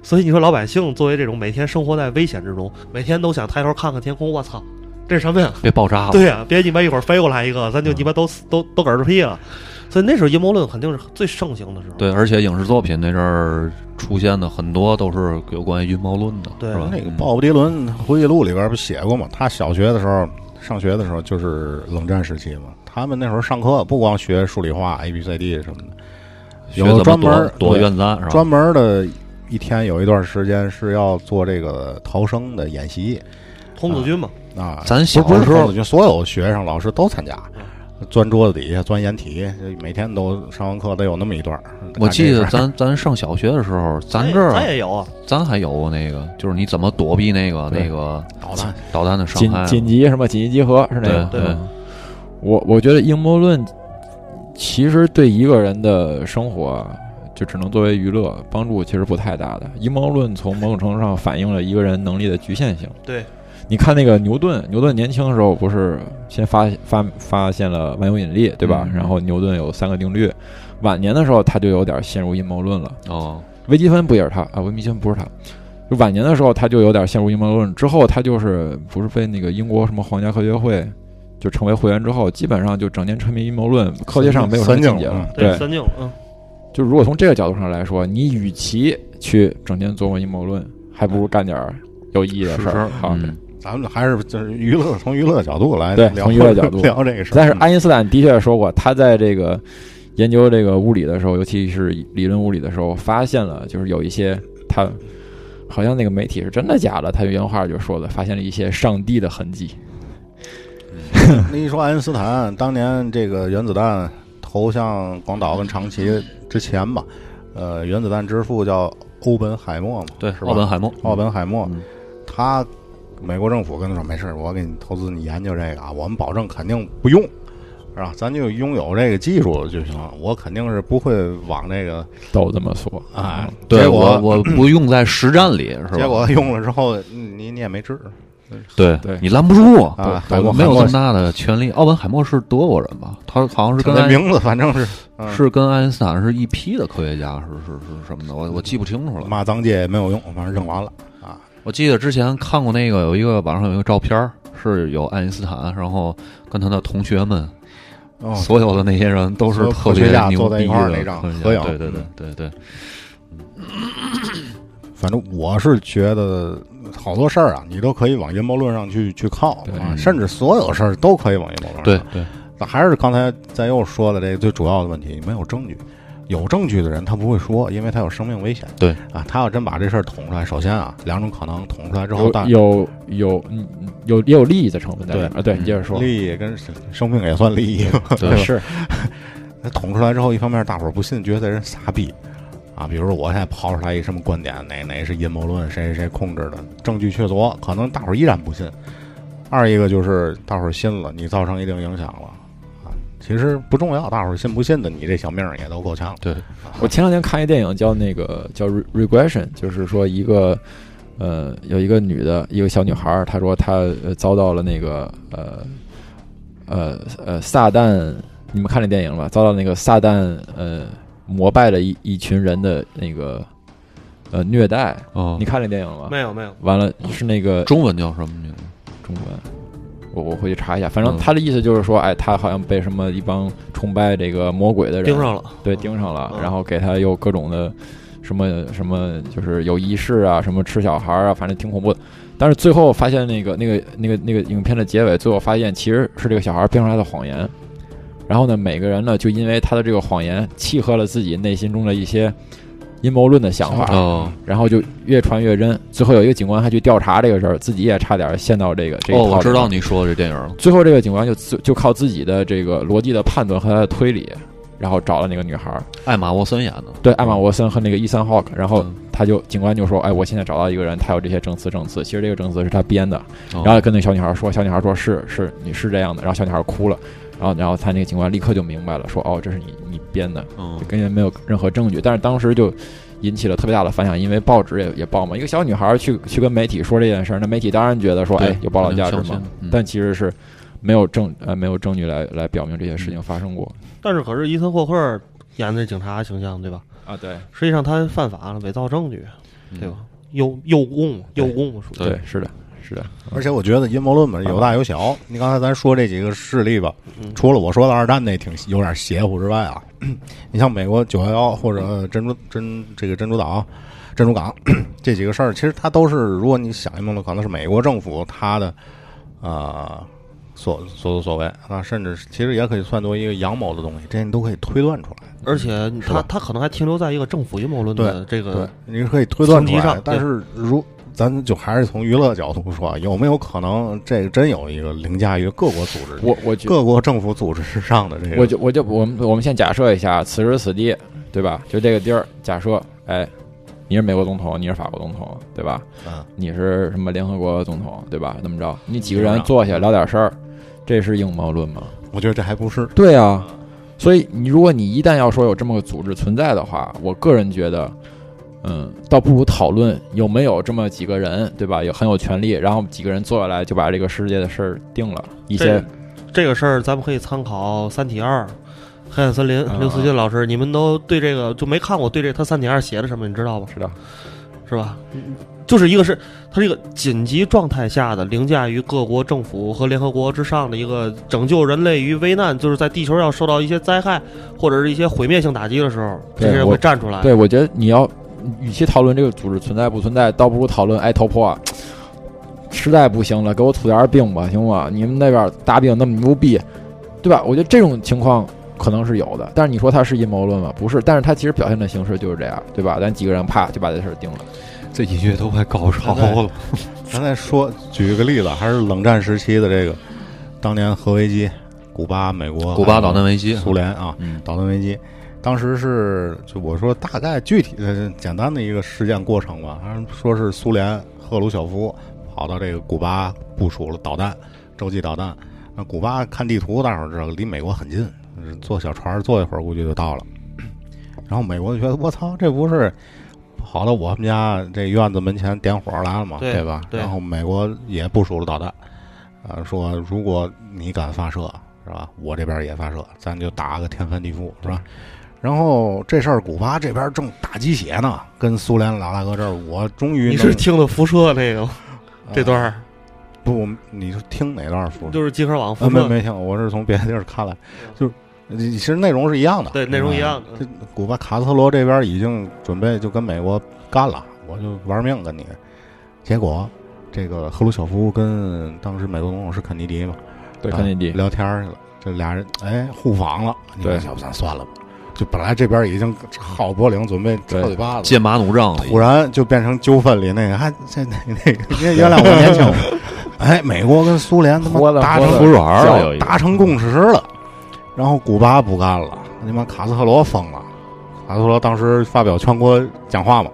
S5: 所以你说老百姓作为这种每天生活在危险之中，每天都想抬头看看天空，我操，这是什么呀？
S6: 别爆炸了。
S5: 对呀、啊 别你妈一会儿飞过来一个，咱就你妈都死都都嗝儿屁了。所以那时候阴谋论肯定是最盛行的时候。
S6: 对而且影视作品那阵儿出现的很多都是有关于阴谋论的，
S5: 对
S6: 是吧？嗯
S4: 那个鲍勃迪伦回忆录里边不写过吗？他小学的时候，上学的时候就是冷战时期嘛。他们那时候上课不光学数理化、A B C D 什么的，
S6: 学
S4: 有
S6: 怎
S4: 专
S6: 么
S4: 门
S6: 躲
S4: 儿
S6: 躲
S4: 对
S6: 冤灾是吧？
S4: 专门的一天有一段时间是要做这个逃生的演习
S5: 童子军嘛，
S4: 啊。
S6: 咱小
S4: 不是
S6: 时
S4: 不是
S6: 候
S4: 就所有学生老师都参加，钻桌子底下钻掩体，每天都上完课得有那么一段儿。
S6: 我记得
S4: 干这事儿
S6: 咱咱上小学的时候，咱
S5: 哎
S6: 这
S5: 咱
S6: 儿
S5: 也有啊，
S6: 咱还有过那个，就是你怎么躲避那个
S7: 对
S6: 那个
S4: 捣蛋
S6: 导弹的伤
S7: 紧
S6: 害。
S7: 紧急什么紧急集合是那个
S6: 啊对对
S7: 嗯我我觉得阴谋论其实对一个人的生活啊就只能作为娱乐，帮助其实不太大的。阴谋论从某种程度上反映了一个人能力的局限性。
S5: 对，
S7: 你看那个牛顿，牛顿年轻的时候不是先发发发现了万有引力，对吧？
S6: 嗯
S7: 然后牛顿有三个定律，晚年的时候他就有点陷入阴谋论了。
S6: 哦，
S7: 微积分不也是他啊？微积分不是他，就晚年的时候他就有点陷入阴谋论，之后他就是不是被那个英国什么皇家科学会就成为会员之后，基本上就整天沉迷阴谋论，科学上没有什么见解了
S4: 三。
S5: 对，
S7: 对，
S5: 三靖，嗯，
S7: 就如果从这个角度上来说，你与其去整天琢磨阴谋论，还不如干点儿有意义的事儿好。
S6: 嗯，
S4: 咱们还是就是娱乐，从娱乐角度来
S7: 对
S4: 聊
S7: 从娱乐角度
S4: 聊这个事儿。
S7: 但是
S4: 嗯
S7: 爱因斯坦的确说过，他在这个研究这个物理的时候，尤其是理论物理的时候，发现了就是有一些他好像那个媒体是真的假的，他原话就说的，发现了一些上帝的痕迹。
S4: 那一说爱因斯坦当年这个原子弹投向广岛跟长崎之前吧，呃，原子弹之父叫欧本海默嘛，
S6: 对，
S4: 是吧？
S6: 奥本海默，
S4: 奥本海默，
S6: 嗯
S4: 他美国政府跟他说没事，我给你投资，你研究这个啊，我们保证肯定不用，是吧？咱就拥有这个技术就行了，我肯定是不会往这个
S7: 都这么说
S4: 啊。
S6: 对
S4: 结
S6: 我
S4: 果
S6: 我不用在实战里，是吧？
S4: 结果用了之后，嗯你你也没治
S6: 对
S7: 对
S6: 你拦不住我
S4: 啊
S6: 我
S4: 海默
S6: 没有
S4: 海
S6: 这
S4: 默
S6: 么大的权利。奥本海默是德国人吧？他好像是跟
S4: 那
S6: 爱
S4: 名字反正是嗯
S6: 是跟爱因斯坦是一批的科学家，是是是什么的？我我记不清楚了。
S4: 骂脏界也没有用，反正扔完了啊。
S6: 我记得之前看过那个有一个网上有一个照片儿，是有爱因斯坦，然后跟他的同学们，
S4: 哦，
S6: 所有的那些人都是
S4: 所有
S6: 特
S4: 科学
S6: 别
S4: 家
S6: 牛
S4: 坐在一
S6: 逼
S4: 块儿
S6: 的
S4: 那张
S6: 科学家
S4: 合影啊
S6: 对对对对对，
S4: 反正我是觉得好多事儿啊，你都可以往阴谋论上去去靠啊，
S6: 嗯
S4: 甚至所有事儿都可以往阴谋论上靠。
S6: 对对，
S4: 那还是刚才咱又说的这个最主要的问题，没有证据。有证据的人他不会说，因为他有生命危险。
S6: 对
S4: 啊，他要真把这事儿捅出来，首先啊，两种可能，捅出来之后，但
S7: 有有有嗯有也有利益的成分在里面啊。对，
S6: 嗯
S7: 你接着说，
S4: 利益跟生生命也算利益。
S6: 对吧
S7: 是
S4: 那捅出来之后，一方面大伙儿不信，觉得这人傻逼啊。比如说我现在抛出来一什么观点，哪哪是阴谋论，谁谁谁控制的，证据确凿，可能大伙儿依然不信。二一个就是大伙儿信了，你造成一定影响了啊。其实不重要，大伙儿信不信的，你这小命儿也都够呛了。
S6: 对，
S7: 我前两天看一电影叫那个叫 Re- regression，就是说一个呃有一个女的，一个小女孩儿，她说她呃遭到了那个呃呃呃撒旦，你们看这电影了吧？遭到那个撒旦呃膜拜的一一群人的那个呃虐待。
S6: 哦
S7: 你，看这电影了吗？
S5: 没有没有，
S7: 完了是那个
S6: 中文叫什么名字？
S7: 中文，我我回去查一下。反正
S6: 嗯
S7: 他的意思就是说，哎，他好像被什么一帮崇拜这个魔鬼的人
S5: 盯上了，
S7: 对，盯上了，
S5: 嗯
S7: 然后给他又各种的什么什么，就是有仪式啊，什么吃小孩啊，反正挺恐怖的。但是最后发现那个那个那个那个影片的结尾，最后发现其实是这个小孩编出来的谎言。然后呢，每个人呢就因为他的这个谎言，契合了自己内心中的一些阴谋论的想法，
S6: 哦
S7: 然后就越传越真。最后有一个警官还去调查这个事儿，自己也差点陷到这个这个
S6: 哦，
S7: 套
S6: 我
S7: 里
S6: 知道
S7: 面
S6: 你说的这电影了。
S7: 最后这个警官就自就靠自己的这个逻辑的判断和他的推理，然后找了那个女孩儿。
S6: 艾玛沃森演的，
S7: 对，艾玛沃森和那个伊森霍克，然后
S6: 嗯
S7: 他就警官就说：“哎，我现在找到一个人，他有这些证词证词，其实这个证词是他编的。”
S6: 哦
S7: 然后跟那小女孩说，小女孩说：“是是，你是这样的。”然后小女孩哭了，然后然后他那个警官立刻就明白了，说：“哦，这是你你编的，
S6: 嗯
S7: 根本没有任何证据。”但是当时就引起了特别大的反响，因为报纸也也报嘛，一个小女孩去去跟媒体说这件事儿，那媒体当然觉得说：“
S6: 对
S7: 哎，有报道价值
S6: 相信
S7: 嘛。
S6: 嗯
S7: 但其实是没有证呃没有证据来来表明这些事
S6: 嗯
S7: 情发生过
S5: 但是可是伊森霍克演的警察形象对吧？
S7: 啊，对
S5: 实际上他犯法了，伪造证据，
S6: 嗯
S5: 对吧？诱诱供，诱供属于
S6: 对
S7: 对，是的，是的。
S4: 而且我觉得阴谋论嘛，有大有小。你刚才咱说这几个事例吧，
S5: 啊嗯
S4: 除了我说的二战那挺有点邪乎之外啊，你像美国九幺幺或者呃珍珠珍这个珍珠岛、珍珠港这几个事儿，其实它都是，如果你想阴谋论，可能是美国政府它的啊、呃所所作所为啊，甚至是其实也可以算作一个阳谋的东西，这些你都可以推断出来。
S5: 而且
S4: 嗯是
S5: 他
S4: 吧
S5: 他可能还停留在一个政府阴谋论的这
S4: 对
S5: 个，
S4: 你是可以推断
S5: 层
S4: 出
S5: 级
S4: 来
S5: 上
S4: 的，但是如咱就还是从娱乐角度说，啊有没有可能这个真有一个凌驾于各国组织？
S7: 我我觉
S4: 各国政府组织之上的这个，
S7: 我就我就我们我们先假设一下，啊此时此地，对吧？就这个地儿，假设，哎，你是美国总统，你是法国总统，对吧？
S4: 嗯，
S7: 你是什么联合国总统，对吧？那么着，你几个
S4: 基本
S7: 人
S4: 上
S7: 坐下聊点事儿，这是阴谋论吗？
S4: 我觉得这还不是，
S7: 对啊，所以你如果你一旦要说有这么个组织存在的话，我个人觉得，嗯，倒不如讨论有没有这么几个人，对吧？有很有权利，然后几个人坐下来就把这个世界的事儿定了一些
S5: 这这个事儿，咱们可以参考《三体二》。黑暗森林，
S7: 啊
S5: 刘慈欣老师，你们都对这个就没看过？对这他《三体二》写的什么，你知道吗？
S7: 知道
S5: 是吧？
S4: 嗯
S5: 就是一个是它这个紧急状态下的凌驾于各国政府和联合国之上的一个拯救人类于危难，就是在地球要受到一些灾害或者是一些毁灭性打击的时候，这
S7: 对
S5: 些人
S7: 我
S5: 会站出来。
S7: 对，我觉得你要，与其讨论这个组织存在不存在，倒不如讨论哎头破啊，实在不行了，给我吐点儿病吧，行吗？你们那边大病那么牛逼，对吧？我觉得这种情况可能是有的，但是你说它是阴谋论吗？不是，但是它其实表现的形式就是这样，对吧？咱几个人啪就把这事儿定了，
S6: 哎这音乐都快高潮
S4: 对
S6: 了，
S4: 咱再说举一个例子，还是冷战时期的这个当年核危机，古巴、美国、
S6: 古巴
S4: 还有
S6: 导弹危机
S4: 苏联啊，
S7: 嗯
S4: 导弹危机。当时是就我说大概具体的简单的一个事件过程吧，反正说是苏联赫鲁晓夫跑到这个古巴部署了导弹，洲际导弹。那古巴看地图，大伙儿知道离美国很近，就是坐小船儿坐一会儿估计就到了。 然后美国就觉得我操，这不是跑到我们家这院子门前点火来了吗？
S5: 对
S4: 吧？
S5: 对
S4: 然后美国也部署了导弹，呃，说如果你敢发射，是吧？我这边也发射，咱就打个天翻地覆，是吧？然后这事儿，古巴这边正打鸡血呢，跟苏联老大哥这儿，我终于
S5: 你
S4: 能
S5: 是听的辐射那个吗
S4: 呃
S5: 这段儿，
S4: 不？我你是听哪段儿说？
S5: 就是集合网
S4: 啊，
S5: 辐
S4: 没
S5: 射，
S4: 没听，我是从别的地儿看来，就是其实内容是一样的，
S5: 嗯对内容一样的
S4: 嗯。这古巴卡斯特罗这边已经准备就跟美国干了，我就玩命跟你。结果这个赫鲁晓夫跟当时美国总统是肯尼迪嘛，
S7: 对，
S4: 啊
S7: 肯尼迪，
S4: 聊天儿去了，这俩人哎互访了，你
S7: 对
S4: 们要不咱算了吧？就本来这边已经好脖领准备
S7: 对
S4: 扯嘴巴子了。
S6: 剑拔弩张了已经。
S4: 突然就变成纠纷里那个，还这那那个， 原原谅我年轻，哎，美国跟苏联他
S7: 豁
S4: 妈
S7: 了
S4: 达
S7: 豁
S4: 成
S7: 了
S6: 服软了，有
S4: 叫
S6: 一
S4: 达成共识了。然后古巴不干了，那妈卡斯特罗疯了。卡斯特罗当时发表全国讲话嘛，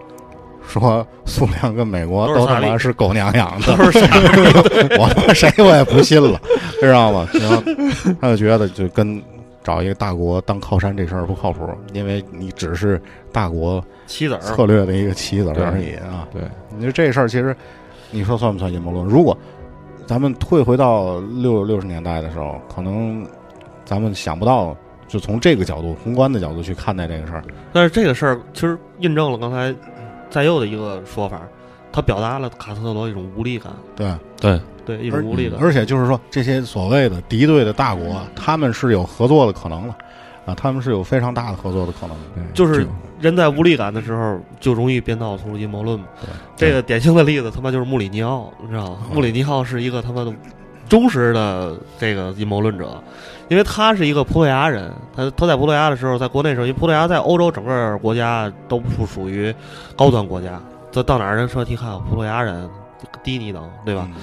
S4: 说苏联跟美国
S5: 都是
S4: 都
S5: 萨
S4: 他
S5: 利
S4: 妈是狗娘养的，
S5: 都是傻逼
S4: 我他妈谁我也不信了，知道吗？然后他就觉得就跟找一个大国当靠山这事儿不靠谱，因为你只是大国
S5: 棋子儿
S4: 策略的一个棋子儿而已啊。
S7: 对，
S4: 你说这事儿其实，你说算不算阴谋论？如果咱们退回到六六十年代的时候，可能咱们想不到，就从这个角度、宏观的角度去看待这个事儿。
S5: 但是这个事儿其实印证了刚才在右的一个说法，他表达了卡斯特罗一种无力感，
S4: 对，
S6: 对，
S5: 对一种无力感。
S4: 而且就是说，这些所谓的敌对的大国，他们是有合作的可能了，啊，他们是有非常大的合作的可能的。
S7: 对
S5: 就是人在无力感的时候，就容易编造出阴谋论嘛。
S4: 对
S5: 这个典型的例子，他妈就是穆里尼奥，你知道吗？穆里尼奥是一个他妈的忠实的这个阴谋论者，因为他是一个葡萄牙人，他他在葡萄牙的时候，在国内的时候，因为葡萄牙在欧洲整个国家都不属于高端国家，这到哪儿人说一看葡萄牙人低你一等，对吧？
S4: 嗯？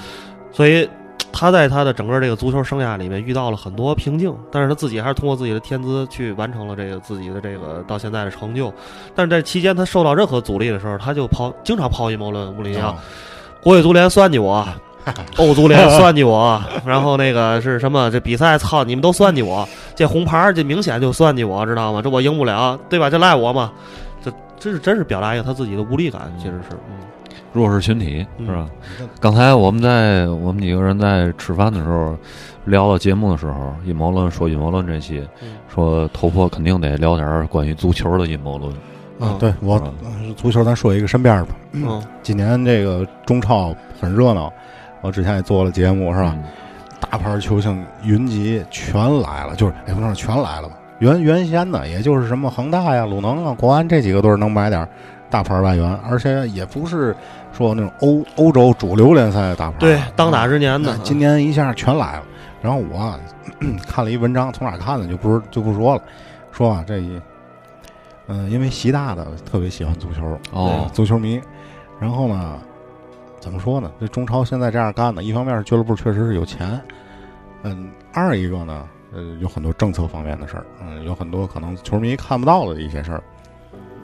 S5: 所以他在他的整个这个足球生涯里面遇到了很多瓶颈，但是他自己还是通过自己的天资去完成了这个自己的这个到现在的成就。但是在期间他受到任何阻力的时候，他就抛经常抛阴谋论，穆里
S4: 哦啊
S5: 尼奥，国际足联算计我。欧足联算计我，然后那个是什么？这比赛操，你们都算计我，这红牌儿这明显就算计我，知道吗？这我赢不了，对吧？这赖我嘛？这这是真是表达一个他自己的无力感，其实是，嗯，
S6: 弱势群体
S5: 嗯
S6: 是吧？刚才我们在我们几个人在吃饭的时候聊到节目的时候，阴谋论说阴谋论这期
S5: 嗯，
S6: 说头破肯定得聊点儿关于足球的阴谋论。
S4: 啊，对我
S6: 是吧
S4: 呃足球，咱说一个身边儿吧。
S5: 嗯，
S4: 今年这个中超很热闹，我之前也做了节目，是吧？
S6: 嗯
S4: 大牌球星云集全来了，就是哎也不能说全来了吧。原原先呢，也就是什么恒大呀、鲁能啊、国安这几个队儿能买点儿大牌外援，而且也不是说那种欧欧洲主流联赛的大牌。啊
S5: 对，当打之年嗯
S4: 那
S5: 的，
S4: 今年一下全来了。然后我啊看了一文章，从哪儿看的就不是就不说了，说啊这一，嗯、因为习大大特别喜欢足球，啊
S6: 哦，
S4: 足球迷。然后呢，怎么说呢？这中超现在这样干呢，一方面是俱乐部确实是有钱，嗯，二一个呢，呃，有很多政策方面的事儿，嗯，有很多可能球迷看不到的一些事儿，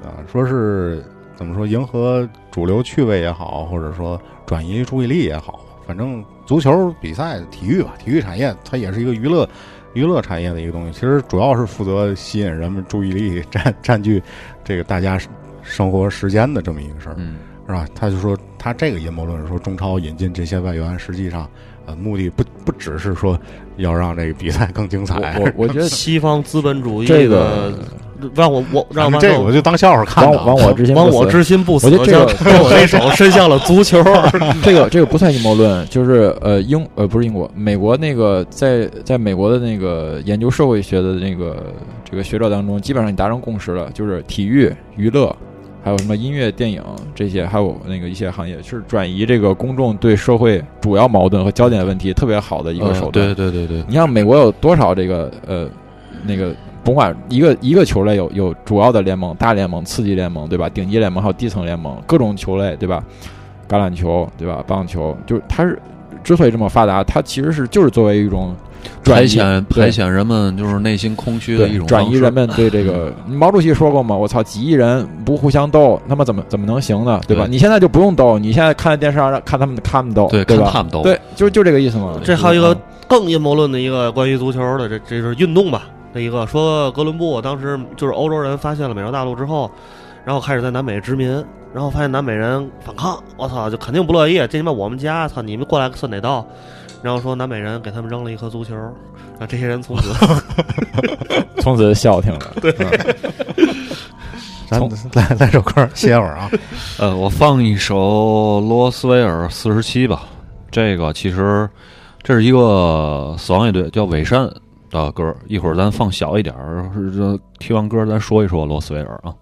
S4: 啊，说是怎么说，迎合主流趣味也好，或者说转移注意力也好，反正足球比赛、体育吧，体育产业它也是一个娱乐。娱乐产业的一个东西，其实主要是负责吸引人们注意力，占占据这个大家生活时间的这么一个事儿，
S6: 嗯，
S4: 是吧？他就说他这个阴谋论是说中超引进这些外援，实际上呃目的不不只是说要让这个比赛更精彩，
S7: 我我我觉得
S5: 西方资本主义
S7: 这
S5: 的
S7: 个，
S5: 让我我让
S4: 咱们
S5: 网
S4: 这个我
S5: 友
S4: 就当笑话看
S7: 亡
S4: 的啊。
S7: 亡我之心不
S5: 帮
S7: 死，
S5: 我之心不死，
S7: 我觉得这个
S5: 将 将我的手伸向了足球。
S7: 这个这个不算阴谋论，就是呃英呃不是英国，美国那个在在美国的那个研究社会学的那个这个学者当中，基本上已达成共识了，就是体育、娱乐，还有什么音乐、电影这些，还有那个一些行业，是转移这个公众对社会主要矛盾和焦点问题特别好的一个
S6: 呃
S7: 手段。
S6: 对对对对，
S7: 你像美国有多少这个呃那个，甭管一个一个球类有有主要的联盟、大联盟、次级联盟，对吧？顶级联盟还有低层联盟，各种球类，对吧？橄榄球，对吧？棒球，就是它是之所以这么发达，它其实是就是作为一种转
S6: 排
S7: 移
S6: 遣
S7: 对
S6: 排遣人们就是内心空虚的一
S7: 对
S6: 种
S7: 转
S6: 方
S7: 移
S6: 式
S7: 人们对这 个毛主席说过嘛，我操，几亿人不互相斗，他们怎么怎么能行呢？对吧？
S6: 对
S7: 你现在就不用斗，你现在看电视上看他们看他们斗，
S6: 对
S7: 对
S6: 看
S7: 吧？
S6: 他们斗嗯
S7: 对，就就这个意思嘛。
S5: 这还有一个更阴谋论的一个关于足球的，这这是运动吧？这一个说哥伦布当时就是欧洲人发现了美洲大陆之后，然后开始在南美殖民，然后发现南美人反抗，我操，就肯定不乐意，这他妈我们家，操你们过来算哪道？然后说南美人给他们扔了一颗足球，然后这些人从此
S7: 从此消停了。对，
S4: 咱来来首歌歇会儿啊。
S6: 呃，我放一首罗斯威尔四十七吧，这个其实这是一个死亡乐队叫伪善的歌，一会儿咱放小一点儿，这听完歌咱说一说罗斯威尔啊。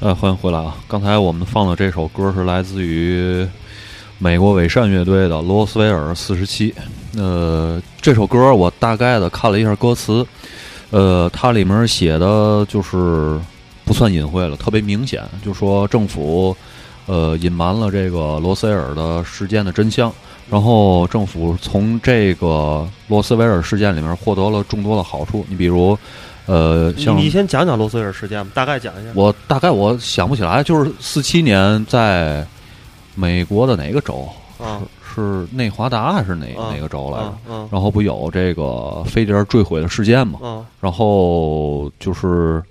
S6: 呃，欢迎回来啊！刚才我们放的这首歌是来自于美国伪善乐队的《罗斯威尔四十七》。呃，这首歌我大概的看了一下歌词，呃，它里面写的就是不算隐晦了，特别明显，就说政府呃隐瞒了这个罗斯威尔的事件的真相，然后政府从这个罗斯威尔事件里面获得了众多的好处。你比如，呃，
S5: 你
S6: 像
S5: 你先讲讲罗斯威尔事件吧，大概讲一下。
S6: 我大概我想不起来，就是四七年在美国的哪个州？
S5: 啊
S6: 是内华达是哪、
S5: 啊
S6: 哪个州来着？
S5: 啊啊
S6: 然后不有这个飞碟坠毁的事件嘛？
S5: 啊
S6: 然后就是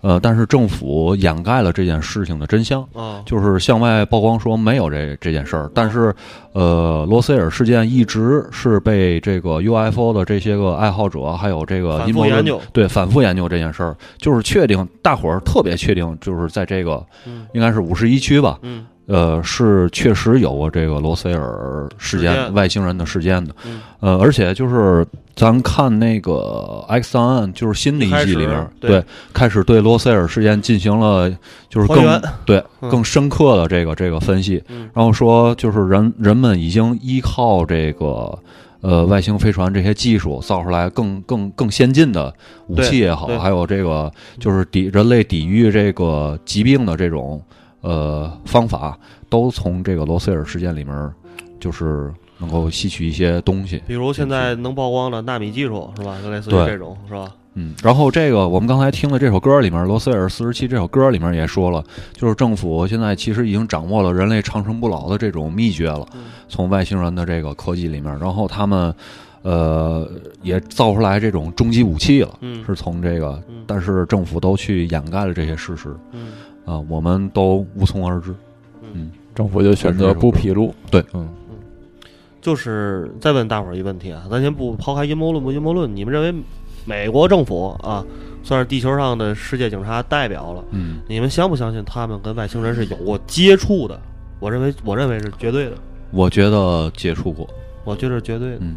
S6: 呃，但是政府掩盖了这件事情的真相，
S5: 啊，
S6: 就是向外曝光说没有这这件事儿，但是，呃，罗斯威尔事件一直是被这个 UFO 的这些个爱好者还有这个
S5: 反复
S6: 阴谋论
S5: 研究
S6: 对反复研究这件事儿，就是确定大伙儿特别确定，就是在这个
S5: 嗯
S6: 应该是五十一区吧，
S5: 嗯
S6: 呃，是确实有过这个罗斯威尔事
S5: 事
S6: 件
S5: 件
S6: 外星人的事件的
S5: 嗯，
S6: 呃，而且就是咱看那个 X 档案，就是新的一季里
S5: 一开
S6: 面
S5: 始，对
S6: 开始对罗斯威尔事件进行了就是
S5: 还
S6: 更
S5: 原
S6: 对
S5: 嗯
S6: 更深刻的这个这个分析
S5: 嗯，
S6: 然后说就是人人们已经依靠这个。呃，外星飞船这些技术造出来更更更先进的武器也好
S5: 对，对
S6: 还有这个就是抵人类抵御这个疾病的这种呃方法，都从这个罗塞尔事件里面儿，就是能够吸取一些东西。
S5: 比如现在能曝光的纳米技术是吧？就类似于
S6: 对
S5: 这种是吧？
S6: 嗯，然后这个我们刚才听的这首歌里面，罗塞尔四十七这首歌里面也说了，就是政府现在其实已经掌握了人类长生不老的这种秘诀了，
S5: 嗯
S6: 从外星人的这个科技里面，然后他们呃也造出来这种终极武器了，
S5: 嗯
S6: 是从这个
S5: 嗯，
S6: 但是政府都去掩盖了这些事实
S5: 嗯
S6: 啊、我们都无从而知。
S7: 政府就选择不披露。
S6: 对，
S7: 嗯，
S5: 就是再问大伙儿一个问题啊，咱先不抛开阴谋论不阴谋论，你们认为美国政府啊，算是地球上的世界警察代表了，
S6: 嗯，
S5: 你们相不相信他们跟外星人是有过接触的？我认为，我认为是绝对的，
S6: 我觉得接触过，
S5: 我觉得是绝对的。
S6: 嗯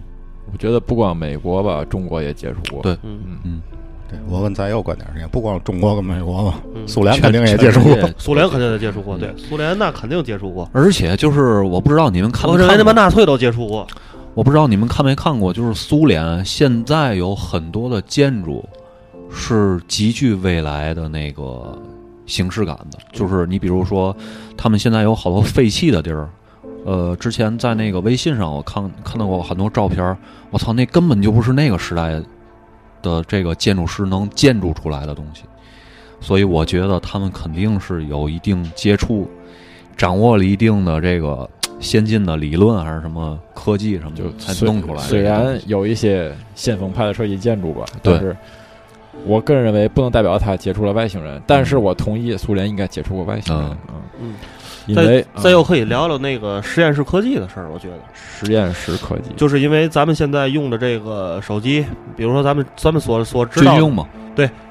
S7: 我觉得不光美国吧，中国也接触过。
S6: 对
S5: 嗯，
S4: 对我跟咱有关点儿，也不光中国跟美国嘛，
S5: 嗯
S4: 苏联肯定也接触过。
S5: 苏联肯定也接
S6: 嗯
S5: 触过，对，苏联那肯定接触过。
S6: 而且就是我不知道你们看没
S5: 我认为
S6: 看
S5: 他妈
S6: 过，
S5: 纳粹都接触过，
S6: 我不知道你们看没看过，就是苏联现在有很多的建筑是极具未来的那个形式感的，就是你比如说，他们现在有好多废弃的地儿。呃，之前在那个微信上，我看看到过很多照片儿，我操，那根本就不是那个时代的这个建筑师能建筑出来的东西，所以我觉得他们肯定是有一定接触，掌握了一定的这个先进的理论还是什么科技什么的
S7: 就
S6: 才
S7: 虽
S6: 弄出来的这
S7: 虽
S6: 个东
S7: 然
S6: 西。
S7: 有一些先锋派的设计建筑吧，
S6: 对
S7: 但是我个人认为不能代表他接触了外星人，但是我同意苏联应该接触过外星人
S6: 嗯。
S5: 嗯，
S7: 因
S5: 再
S7: 为
S5: 再
S7: 嗯
S5: 又可以聊聊那个实验室科技的事儿，我觉得。
S7: 实验室科技，
S5: 就是因为咱们现在用的这个手机，比如说咱们咱们所所知
S6: 军
S5: 道的
S6: 用嘛，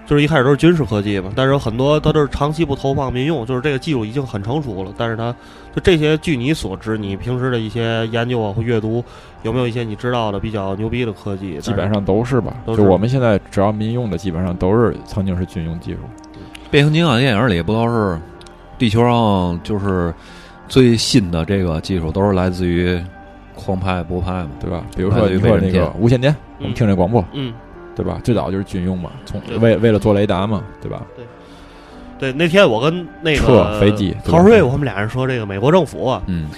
S5: 就是一开始都是军事科技嘛，但是有很多它都是长期不投放民用，就是这个技术已经很成熟了。但是它就这些，据你所知，你平时的一些研究啊或阅读，有没有一些你知道的比较牛逼的科技？
S7: 基本上都是吧。
S5: 都是
S7: 就我们现在只要民用的，基本上都是曾经是军用技术。
S6: 变形金刚电影里不都是地球上就是最新的这个技术都是来自于狂派波派嘛？
S7: 对吧？比如
S6: 来
S7: 说
S6: 自于
S7: 你
S6: 卫
S7: 说
S6: 人
S7: 那个
S6: 间
S7: 无线电，我们
S5: 嗯
S7: 听这广播，
S5: 嗯，
S7: 对吧？最早就是军用嘛，从
S5: 对
S7: 为为了做雷达嘛，对吧？
S5: 对。那天我跟那个
S7: 撤飞机对
S5: 陶
S7: 吧
S5: 瑞，我们俩人说这个美国政府啊，
S6: 嗯，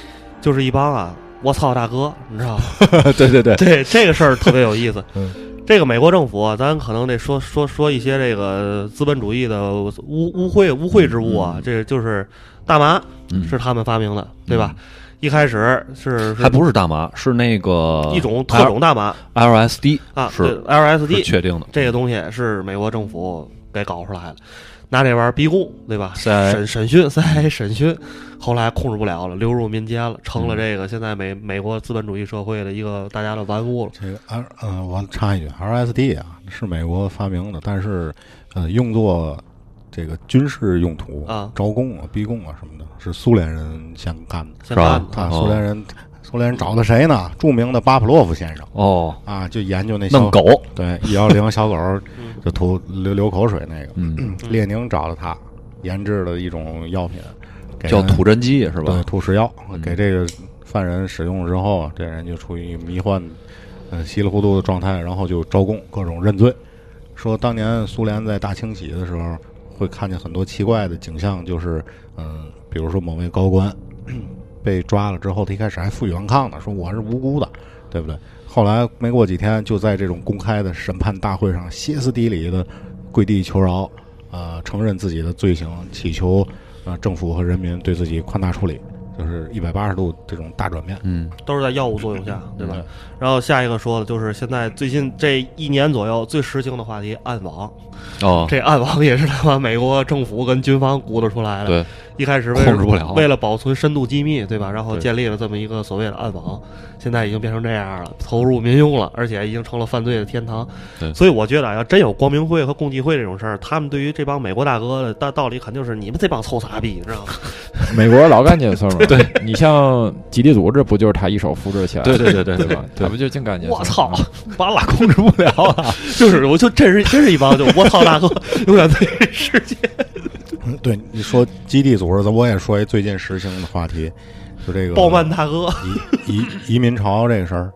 S5: 就是一帮啊，我操大哥，你知道吗？
S7: 对对 对，
S5: 对这个事儿特别有意思。
S7: 嗯
S5: 这个美国政府啊，咱可能得说说说一些这个资本主义的污污秽污秽之物啊，这就是大麻
S6: 嗯
S5: 是他们发明的，对吧？一开始是是
S6: 还不是大麻，是那个
S5: 一种特种大麻
S6: LSD
S5: 啊，
S6: 是
S5: 对
S6: 是
S5: LSD
S6: 确定的，
S5: 这个东西是美国政府给搞出来的，拿这玩意儿逼供，对吧？
S6: CIA
S5: 审审讯，CIA 审讯，后来控制不了了，流入民间了，成
S6: 嗯
S5: 了这个现在美美国资本主义社会的一个大家的玩物了。
S4: 这个 R 呃，我插一句，RSD 啊是美国发明的，但是呃用作这个军事用途
S5: 啊
S4: 招供啊、逼供啊什么的，是苏联人先干的。
S5: 现
S6: 是
S5: 在
S6: 吧
S5: 呢
S4: 啊，
S6: 哦
S4: 苏联人，苏联人找的谁呢？著名的巴甫洛夫先生
S6: 哦，
S4: 啊，就研究那小
S6: 弄狗，
S4: 对幺零小狗儿就吐流流口水那个。
S6: 嗯，
S4: 列宁找了他，研制了一种药品，给
S6: 叫
S4: 人
S6: 吐真剂是吧
S4: 对？吐食药
S6: 嗯，
S4: 给这个犯人使用了之后，这人就处于迷幻、呃稀里糊涂的状态，然后就招供，各种认罪。说当年苏联在大清洗的时候，会看见很多奇怪的景象，就是嗯、比如说某位高官 被抓了之后，他一开始还负隅顽抗呢，说我是无辜的，对不对？后来没过几天，就在这种公开的审判大会上歇斯底里的跪地求饶，呃，承认自己的罪行，祈求呃政府和人民对自己宽大处理。就就是一百八十度这种大转变，
S6: 嗯，
S5: 都是在药物作用下，对吧？
S4: 嗯
S5: 然后下一个说的就是现在最近这一年左右最时兴的话题——暗网。
S6: 哦，
S5: 这暗网也是他妈美国政府跟军方鼓捣出来的。
S6: 对，
S5: 一开始为
S6: 控制不了
S5: 为了保存深度机密，对吧？然后
S6: 对
S5: 建立了这么一个所谓的暗网，现在已经变成这样了，投入民用了，而且已经成了犯罪的天堂。
S6: 对
S5: 所以我觉得啊，要真有光明会和共济会这种事儿，他们对于这帮美国大哥的大道理肯定是你们这帮臭傻逼，你知道 吗？
S7: 美国老干这个事儿嘛。对，你像极地组织不就是他一手复制起来的？
S6: 对对对对
S7: 对吧？
S6: 对
S7: 他不就净干这事儿吗？
S5: 我操，完了，
S6: 控制不了啊，
S5: 就是我就真是真是一帮就我操大哥， 永远对世界。
S4: 嗯对，你说基地组织，我也说一最近时兴的话题，就这个
S5: 暴漫大哥，
S4: 移移移民潮这个事儿，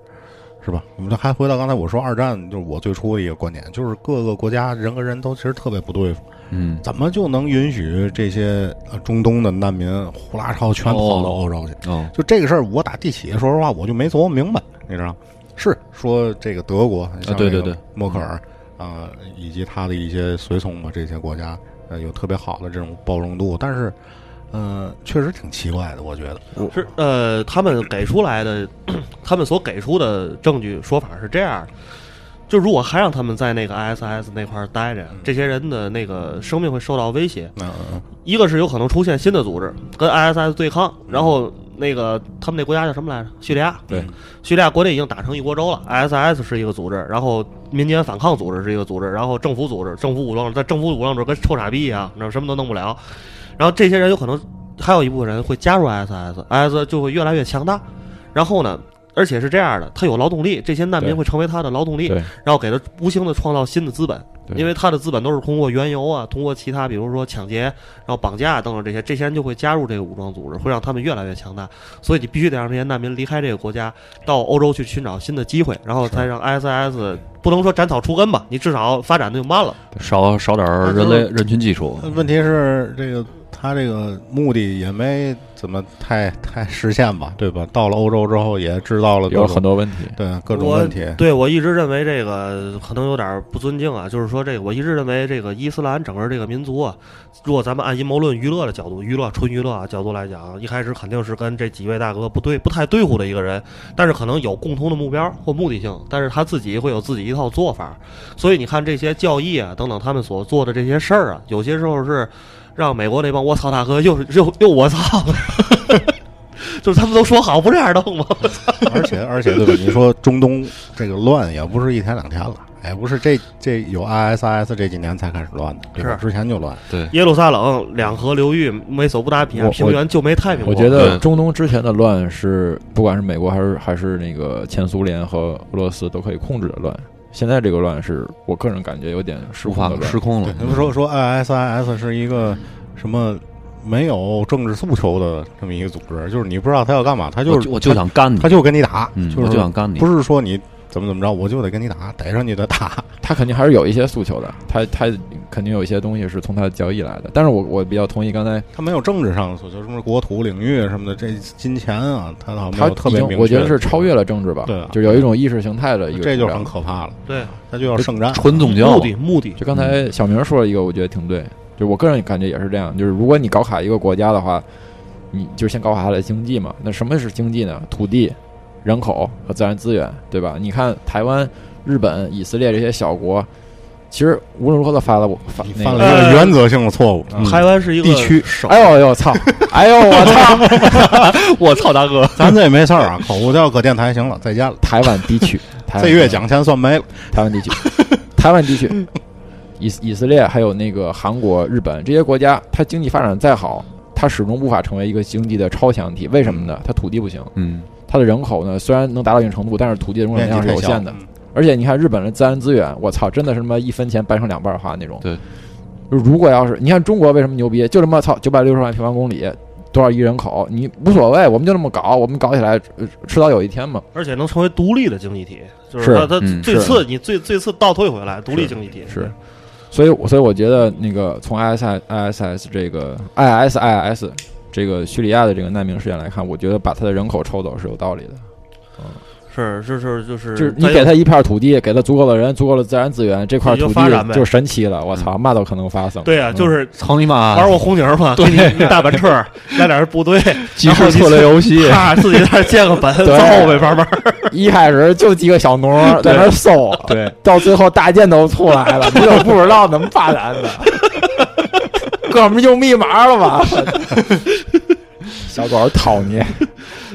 S4: 是吧？我们还回到刚才我说二战，就是我最初的一个观点，就是各个国家人和人都其实特别不对付，
S6: 嗯，
S4: 怎么就能允许这些呃中东的难民呼啦超全跑到欧洲去？
S6: 哦，
S4: 就这个事儿，我打地起，说实话，我就没琢磨明白，你知道吗？是说这个德国，像
S6: 啊对
S4: 这个
S6: 对对嗯
S4: 默克尔啊、以及他的一些随从吧，这些国家呃有特别好的这种包容度，但是呃，确实挺奇怪的，我觉得。
S5: 是呃，他们给出来的， 他们所给出的证据说法是这样的：就如果还让他们在那个 ISIS 那块儿待着呀，这些人的那个生命会受到威胁。
S4: 嗯嗯
S5: 一个是有可能出现新的组织跟 ISIS 对抗，然后那个他们那国家叫什么来着？叙利亚。
S4: 对，
S5: 叙利亚国内已经打成一锅粥了。ISIS 是一个组织，然后民间反抗组织是一个组织，然后政府组织、政府武装，在政府武装组织跟臭傻逼一样，那什么都弄不了。然后这些人有可能还有一部分人会加入 ISIS，IS 就会越来越强大。然后呢，而且是这样的，他有劳动力，这些难民
S7: 对
S5: 会成为他的劳动
S6: 嗯
S5: 力，
S7: 对
S5: 然后给他无形的创造新的资本，
S7: 对
S5: 因为他的资本都是通过原油啊，通过其他比如说抢劫、然后绑架等等这些，这些人就会加入这个武装组织，会让他们越来越强大。所以你必须得让这些难民离开这个国家，到欧洲去寻找新的机会，然后才让 ISIS 不能说斩草除根吧，你至少发展的就慢了。
S6: 少少点儿人类人群基础，
S5: 呃
S4: 呃问题是这个他这个目的也没怎么太太实现吧，对吧？到了欧洲之后也知道了各
S7: 有
S4: 种
S7: 很多问题。
S4: 对各种
S5: 我
S4: 问题，
S5: 对我一直认为这个可能有点不尊敬啊，就是说这个我一直认为这个伊斯兰整个这个民族啊，如果咱们按阴谋论娱乐的角度，娱乐纯娱乐啊角度来讲，一开始肯定是跟这几位大哥不对不太对付的一个人，但是可能有共同的目标或目的性，但是他自己会有自己一套做法，所以你看这些教义啊等等他们所做的这些事儿啊，有些时候是让美国那帮我操大哥又是又又我操 了。就是他们都说好不这样弄吗？
S4: 而且而且对吧？你说中东这个乱也不是一天两天了，也不是这这有 ISIS 这几年才开始乱的，对吧？
S5: 是
S4: 之前就乱。
S6: 对，
S5: 耶路撒冷、两河流域、美索不达米亚
S7: 我
S5: 平原就没太平过。
S7: 我觉得
S6: 对
S7: 中东之前的乱是，不管是美国还是还是那个前苏联和俄罗斯都可以控制的乱。现在这个乱是我个人感觉有点失
S6: 无
S7: 控
S6: 法
S7: 的乱
S6: 失控
S4: 对
S6: 了，，嗯
S4: 他们说说 ISIS 是一个什么没有政治诉求的这么一个组织，就是你不知道他要干嘛，他
S6: 我
S4: 就是
S6: 我就想干你
S4: 他，就跟你打，
S6: 嗯，
S4: 就
S6: 我
S4: 是
S6: 就想干你，
S4: 不是说你怎么怎么着，我就得跟你打，逮上你得打。
S7: 他肯定还是有一些诉求的，他他肯定有一些东西是从他的交易来的。但是我我比较同意刚才
S4: 他没有政治上的诉求，什么国土领域什么的，这金钱啊，他好像没
S7: 他
S4: 有特别
S7: 已
S4: 明确
S7: 经
S4: 的
S7: 我觉得是超越了政治吧，
S4: 对啊
S7: 就有一种意识形态的一个，
S4: 这就很。可怕了。
S5: 对，
S4: 他就要圣战，
S6: 纯宗教
S5: 目，的目的
S7: 就刚才小明说了一个，我觉得挺对，就我个人感觉也是这样，就是如果你搞垮一个国家的话，你就先搞垮它的经济嘛。那什么是经济呢？土地、人口和自然资源，对吧？你看台湾、日本、以色列这些小国，其实无论如何都犯了我犯
S4: 你
S7: 那
S4: 犯
S7: 个
S4: 了一个原则性的错误。嗯
S5: 台湾是一个
S4: 地区
S5: 省，
S7: 哎呦哎呦操！哎呦我操！
S5: 我 操大哥，
S4: 咱这也没事儿啊，口误掉搁电台行了，再见了。
S7: 台湾地区，台湾
S4: 这月奖钱算没了。
S7: 台湾 地区，台湾地
S4: 嗯
S7: 区，以以色列还有那个韩国、日本这些国家，它经济发展再好，它始终无法成为一个经济的超强体。为什么呢？它土地不行，
S6: 嗯，
S7: 它的人口呢虽然能达到一定程度，但是土地的容忍
S4: 面积
S7: 量是
S4: 太
S7: 有
S4: 小
S7: 限的。而且你看日本的自然资源，我操，真的是他妈一分钱掰成两半儿花那种。
S6: 对，
S7: 如果要是你看中国为什么牛逼，就他妈操九百六十万平方公里，多少亿人口，你无所谓，我们就这么搞，我们搞起来，呃迟早有一天嘛。
S5: 而且能成为独立的经济体，就是
S7: 是
S5: 它它
S6: 嗯
S5: 最
S7: 是
S5: 次你最最次倒退回来，独立经济体
S7: 是，所以我所以我觉得那个从 ISI ISIS 这个 ISIS 这个叙利亚的这个难民事件来看，我觉得把他的人口抽走是有道理的。
S5: 是是是就是
S7: 就是你
S5: 咱
S7: 给
S5: 有
S7: 他一片土地，给他足够的人，足够的自然资源，这块
S5: 也就
S7: 土
S5: 发展
S7: 地
S5: 呗嗯
S7: 就神奇了。我操，嘛都可能发生。嗯
S5: 对呀、啊就是
S6: 操你
S7: 啊
S6: 妈！
S5: 玩过红警嘛，给你一个大板车，来点部 队，
S6: 即时策略 游戏，
S5: 咔自己在那儿建个本，造
S7: 对
S5: 呗，慢慢。
S7: 一开始就几个小农 在那儿搜，
S6: 对，
S7: 到最后大剑都出来了，你都不知道怎么发展 的。哥们儿用密码了吧？小狗讨你，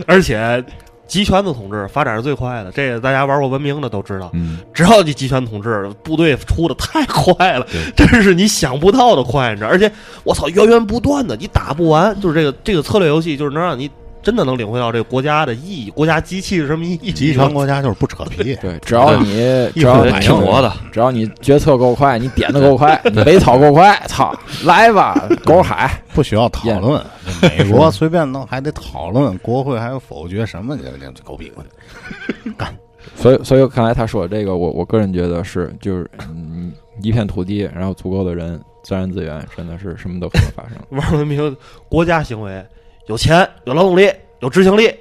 S5: 而且集权的统治发展是最快的，这个大家玩过文明的都知道。
S6: 嗯，
S5: 只要你集权统治，部队出的太快了，真是你想不到的快，你知道？而且我操，源源不断的，你打不完。就是这个这个策略游戏，就是能让你真的能领会到这个国家的意义，国家机器是什么意义。
S4: 集权国家就是不扯 皮，
S7: 对，只要你只要
S5: 会儿
S7: 你
S5: 买
S6: 挺活的，
S7: 只要你决策够快，你点的够快， 你北草够快，操，来吧，狗海，
S4: 不需要讨论。美国随便弄还得讨论，国会还有否决什么这这狗屁！
S7: 所以，所以刚才他说的这个，我我个人觉得是，就是嗯，一片土地，然后足够的人，自然资源，真的是什么都可能 发生。
S5: 玩文明，国家行为有钱、有劳动力、有执行力，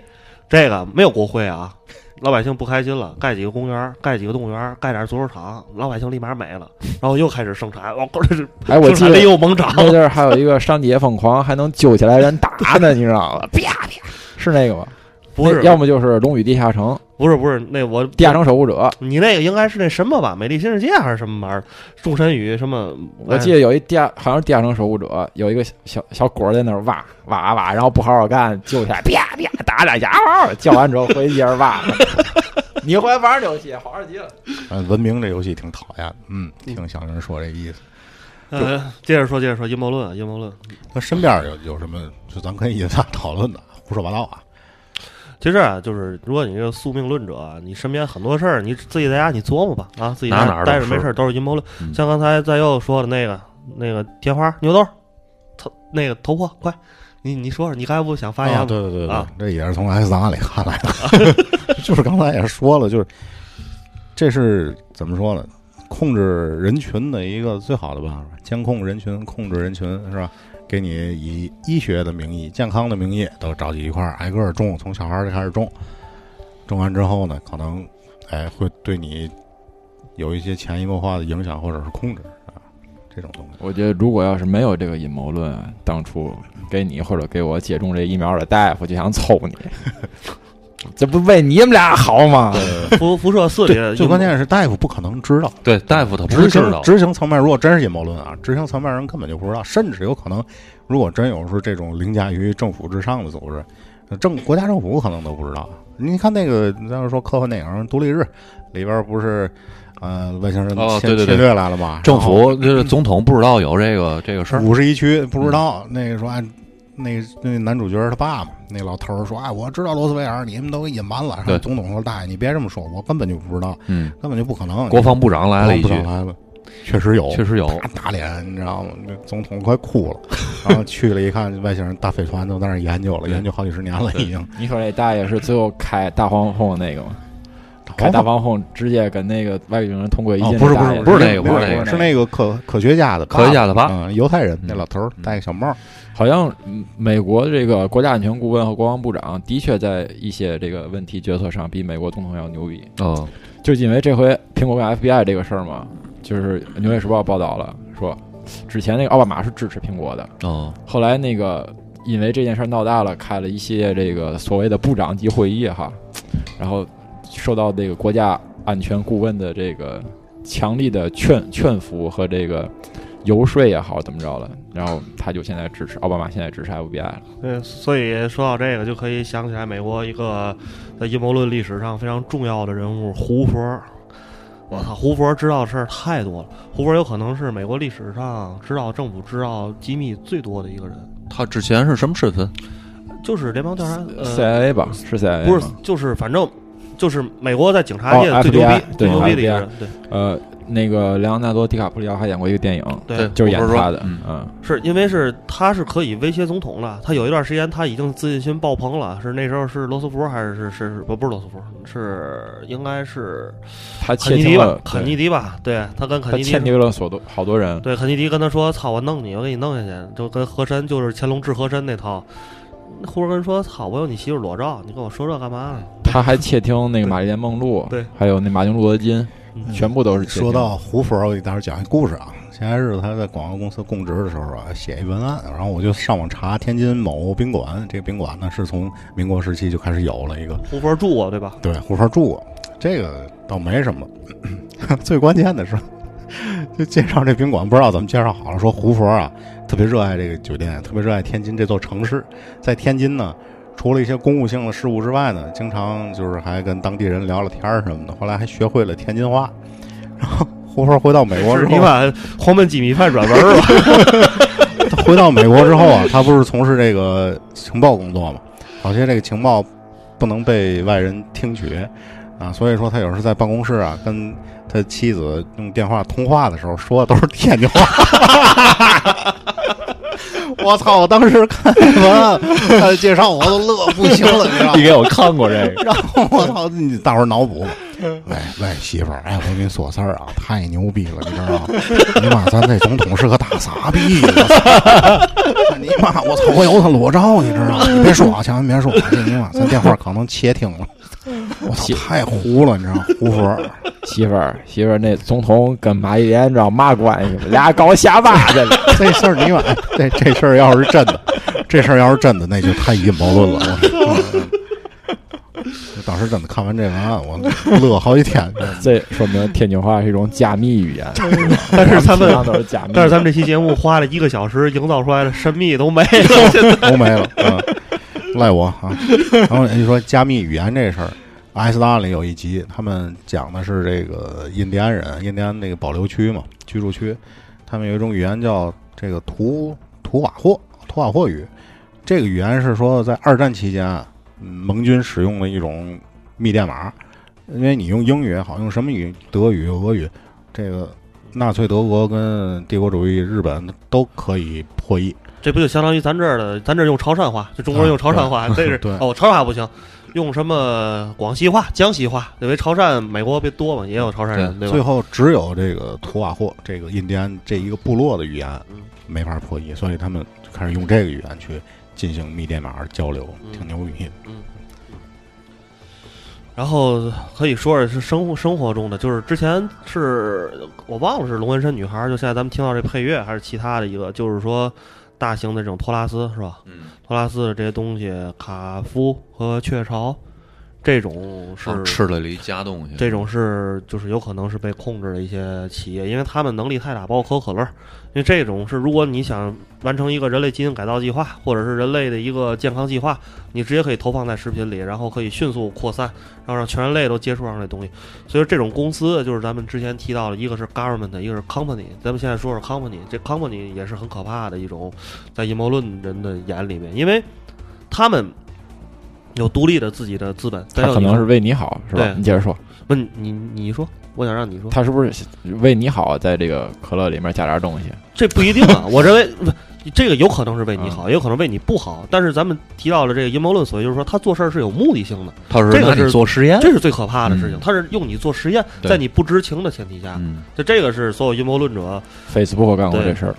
S5: 这个没有国会啊，老百姓不开心了，盖几个公园，盖几个动物园，盖点足球场，老百姓立马没了，然后又开始生产，哇，这是
S7: 哎， 我
S5: 生
S7: 记
S5: 产
S7: 得
S5: 力又猛涨，
S7: 那地儿还有一个上街疯狂，还能揪起来人打 呢，你知道吗？啪啪，是那个吗？
S5: 不是
S7: 那，要么就是《龙与地下城》，《
S5: 不是，不是，那我
S7: 地下城守护者》。
S5: 你那个应该是那什么吧，《美丽新世界》还是什么玩意儿，《众神与什么？
S7: 我记得有一地下，好像是地下城守护者，有一个小小小果儿在那儿挖挖挖，然后不好好干，揪起来啪啪打两下，嗷嗷叫完之后回去接着挖。 你回来玩儿游戏，好玩极了。
S4: 呃文明这游戏挺讨厌的，嗯，听小人说这意思。
S5: 呃，接着说，接着说，阴谋论，啊，阴谋论。
S4: 那身边有有什么，就咱可以引发讨论的，胡说八道啊！
S5: 其实啊，就是如果你这个宿命论者啊，你身边很多事儿，你自己在家你琢磨吧啊，自己
S6: 哪
S5: 在
S6: 哪
S5: 家
S6: 儿都
S5: 待着
S6: 是
S5: 没事儿都是阴谋论。
S6: 嗯
S5: 像刚才在右说的那个那个天花牛豆，头那个头破，快，你你说说，你刚才不想发言吗？
S4: 啊对对对对，
S5: 啊
S4: 这也是从 S 档里看来的， 就是刚才也说了，就是这是怎么说呢？控制人群的一个最好的办法，监控人群，控制人群是吧？给你以医学的名义、健康的名义都召集一块儿，挨个儿种，从小孩儿就开始种。种完之后呢，可能哎会对你有一些潜移默化的影响或者是控制啊，这种东西。
S7: 我觉得如果要是没有这个阴谋论，当初给你或者给我接种这疫苗的大夫就想抽你， 这不为你们俩好吗？
S5: 辐辐射四里的
S4: 对，
S5: 阴
S4: 最
S5: 谋
S4: 关键是大夫不可能知道。
S6: 对，大夫他不
S4: 执
S6: 知
S4: 行
S6: 道，
S4: 执行层面，如果真是阴谋论啊，执行层面人根本就不知道，甚至有可能，如果真有是这种凌驾于政府之上的组织，呃政国家政府可能都不知道。你看那个，你要是说科幻电影《独立日》里边不是，呃，外星人
S6: 哦
S4: 侵
S6: 对对
S4: 侵
S6: 对
S4: 略来了吗？
S6: 政府
S5: 嗯
S6: 就是总统不知道有这个这个事儿，
S4: 五十一区不知道，那个说哎，那那男主角他爸嘛，那老头儿说哎，我知道罗斯威尔，你们都给隐瞒了。然后
S6: 对
S4: 总统说大爷，你别这么说，我根本就不知道，
S6: 嗯，
S4: 根本就不可能。
S6: 国防部长来了一
S4: 不
S6: 句
S4: 知，道来了，确实有，
S6: 确实有，
S4: 啪打脸，你知道吗？那总统快哭 了。然后去了一看，外星人大飞船都在那儿研究了，
S6: 对
S4: 研究好几十年了已经。
S7: 你说这大爷是最后开大黄蜂那个吗？开
S4: 好
S7: 大黄蜂直接跟那个外星人通过一
S4: 哦
S7: 箭、
S4: 不是不是
S6: 哦不是那个
S4: 没有
S6: 不是那
S4: 没有
S6: 个
S4: 是那个科科学家的爸
S6: 科学家的爸
S4: 嗯，犹太人
S6: 嗯
S4: 那老头儿戴个小帽儿，
S7: 好像嗯美国这个国家安全顾问和国防部长的确在一些这个问题决策上比美国总统要牛逼，
S6: 嗯，
S7: 就因为这回苹果跟 FBI 这个事儿嘛，就是《纽约时报》报道了，说之前那个奥巴马是支持苹果的，
S6: 嗯，
S7: 后来那个因为这件事儿闹大了，开了一系列这个所谓的部长级会议哈，然后受到这个国家安全顾问的这个强力的劝劝服和这个游说也好，怎么着了，然后他就现在支持奥巴马，现在支持 FBI 了。
S5: 对，所以说到这个，就可以想起来美国一个在阴谋论历史上非常重要的人物胡佛。我操，胡佛知道的事儿太多了。胡佛有可能是美国历史上知道政府知道机密最多的一个人，
S6: 他之前是什么身份？
S5: 就是联邦调查呃，
S7: CIA 吧，是 CIA，
S5: 不是
S7: 吗，
S5: 就是反正就是美国在警察界
S7: 哦
S5: 最牛
S7: FBI
S5: 逼、最牛逼的一个人。对，
S7: 呃，那个莱昂纳多·迪卡普里奥还演过一个电影，
S5: 对
S7: 就是演他的，
S6: 嗯，
S7: 嗯，
S5: 是因为是他是可以威胁总统了。他有一段时间他已经自信心爆棚了，是那时候是罗斯福还是是是不不是罗斯福，是应该是。
S7: 他窃
S5: 肯尼
S7: 听
S5: 迪吧
S7: 了，，
S5: 肯尼迪吧，对他跟
S7: 对
S5: 肯
S7: 他
S5: 尼
S7: 窃
S5: 迪，
S7: 听了所多好多人，
S5: 对肯尼迪跟他说：“操，我弄你，我给你弄下去。”就跟和珅就是乾隆治和珅那套，胡人跟说：“操，我有你媳妇裸照，你跟我说这干嘛呢
S7: 他还窃听那个玛丽莲梦 露，
S5: 对
S7: 还有那马丁路德金，
S5: 嗯
S7: 全部都是窃听
S4: 说到胡佛，我给大家讲一故事啊。前些日子他在广告公司供职的时候啊，写一文案，然后我就上网查天津某宾馆，这个宾馆呢是从民国时期就开始有了一个？”
S5: 胡佛住我对吧？
S4: 对，胡佛住过，这个倒没什么。 最关键的是， 就介绍这宾馆不知道怎么介绍好了。说胡佛啊，特别热爱这个酒店，特别热爱天津这座城市。在天津呢，除了一些公务性的事务之外呢，经常就是还跟当地人聊聊天儿什么的。后来还学会了天津话。 然后胡佛回到美国之
S5: 是
S4: 后，
S5: 你把黄焖鸡米饭转文儿 吧？
S4: 回到美国之后啊，他不是从事这个情报工作嘛？好些这个情报不能被外人听觉啊，所以说他有时候在办公室啊，跟他妻子用电话通话的时候说的都是天津话。 我操！我当时看文案，他的介绍我都乐不行了，你知道吗
S7: 你？给我看过这个，
S4: 然后我操，你大伙儿脑补吧。喂喂，媳妇儿，哎，我跟你说事儿啊，太牛逼了，你知道吗？你妈，咱这总统是个大傻逼！我操你妈，我操，我有他裸照，你知道吗？你别说啊，千万别说啊，这你妈，咱电话可能窃听了。我操，太糊了，你知道吗？胡佛，
S7: 媳妇儿媳妇儿，那总统跟玛丽莲你知道嘛关系吗？俩搞瞎巴的了，
S4: 这事儿你妈，这这事儿要是真的，这事儿要是真的，那就太阴谋论了。我我 当时真的看完这文案，我乐好几天。
S7: 这说明天津话是一种加密语言，
S5: 但是他们
S7: 平常都是假
S4: 嗯
S7: 密，
S5: 但是咱们这期节目花了一个小时营造出来的神秘都没了，现在
S4: 都没了，啊，赖我啊。然后人家说加密语言这事儿，阿斯达里有一集，他们讲的是这个印第安人，印第安那个保留区嘛，居住区，他们有一种语言叫这个图图瓦霍图瓦霍语，这个语言是说在二战期间啊，嗯盟军使用的一种密电码，因为你用英语也好，用什么语，德语、俄语，这个。纳粹德国跟帝国主义日本都可以破译，
S5: 这不就相当于咱这儿的，咱这儿用潮汕话，就中国人用潮汕话，这是
S4: 啊 对
S5: 哦，潮汕话不行，用什么广西话、江西话？因为潮汕美国别多嘛，也有潮汕人，对
S4: 最
S5: 吧？
S4: 后只有这个图瓦霍这个印第安这一个部落的语言
S5: 嗯
S4: 没法破译，所以他们就开始用这个语言去进行密电码交流，
S5: 嗯
S4: 挺牛逼的。
S5: 然后可以说是生活生活中的，就是之前是我忘了是《龙纹身女孩》，就现在咱们听到这配乐还是其他的一个，就是说大型的这种托拉斯是吧？
S6: 嗯，
S5: 托拉斯的这些东西，卡夫和雀巢这种是、
S6: 上哦吃了离家东西，
S5: 这种是就是有可能是被控制的一些企业，因为他们能力太大，包括可口可乐。因为这种是，如果你想完成一个人类基因改造计划，或者是人类的一个健康计划，你直接可以投放在食品里，然后可以迅速扩散，然后让全人类都接触上这东西。所以说这种公司就是咱们之前提到的，一个是 government，一个是 company。咱们现在说说 company，这 company 也是很可怕的一种，在阴谋论人的眼里面，因为他们有独立的自己的资本，再
S7: 他
S5: 有
S7: 可
S5: 一
S7: 能
S5: 个
S7: 是为你好，是吧
S5: 对？
S7: 你接着说，
S5: 不，你你你说，我想让你说，
S7: 他是不是为你好，在这个可乐里面加点东西？
S5: 这不一定啊。我认为不，这个有可能是为你
S6: 嗯
S5: 好，也有可能为你不好。但是咱们提到了这个阴谋论，所以就是说他做事儿是有目的性的，
S6: 他是
S5: 这个
S6: 拿你
S5: 是
S6: 做实验，
S5: 这是最可怕的事情。
S6: 嗯
S5: 他是用你做实验，
S6: 对
S5: 在你不知情的前提下，
S6: 嗯，
S5: 就这个是所有阴谋论者，
S7: Facebook 干过这事儿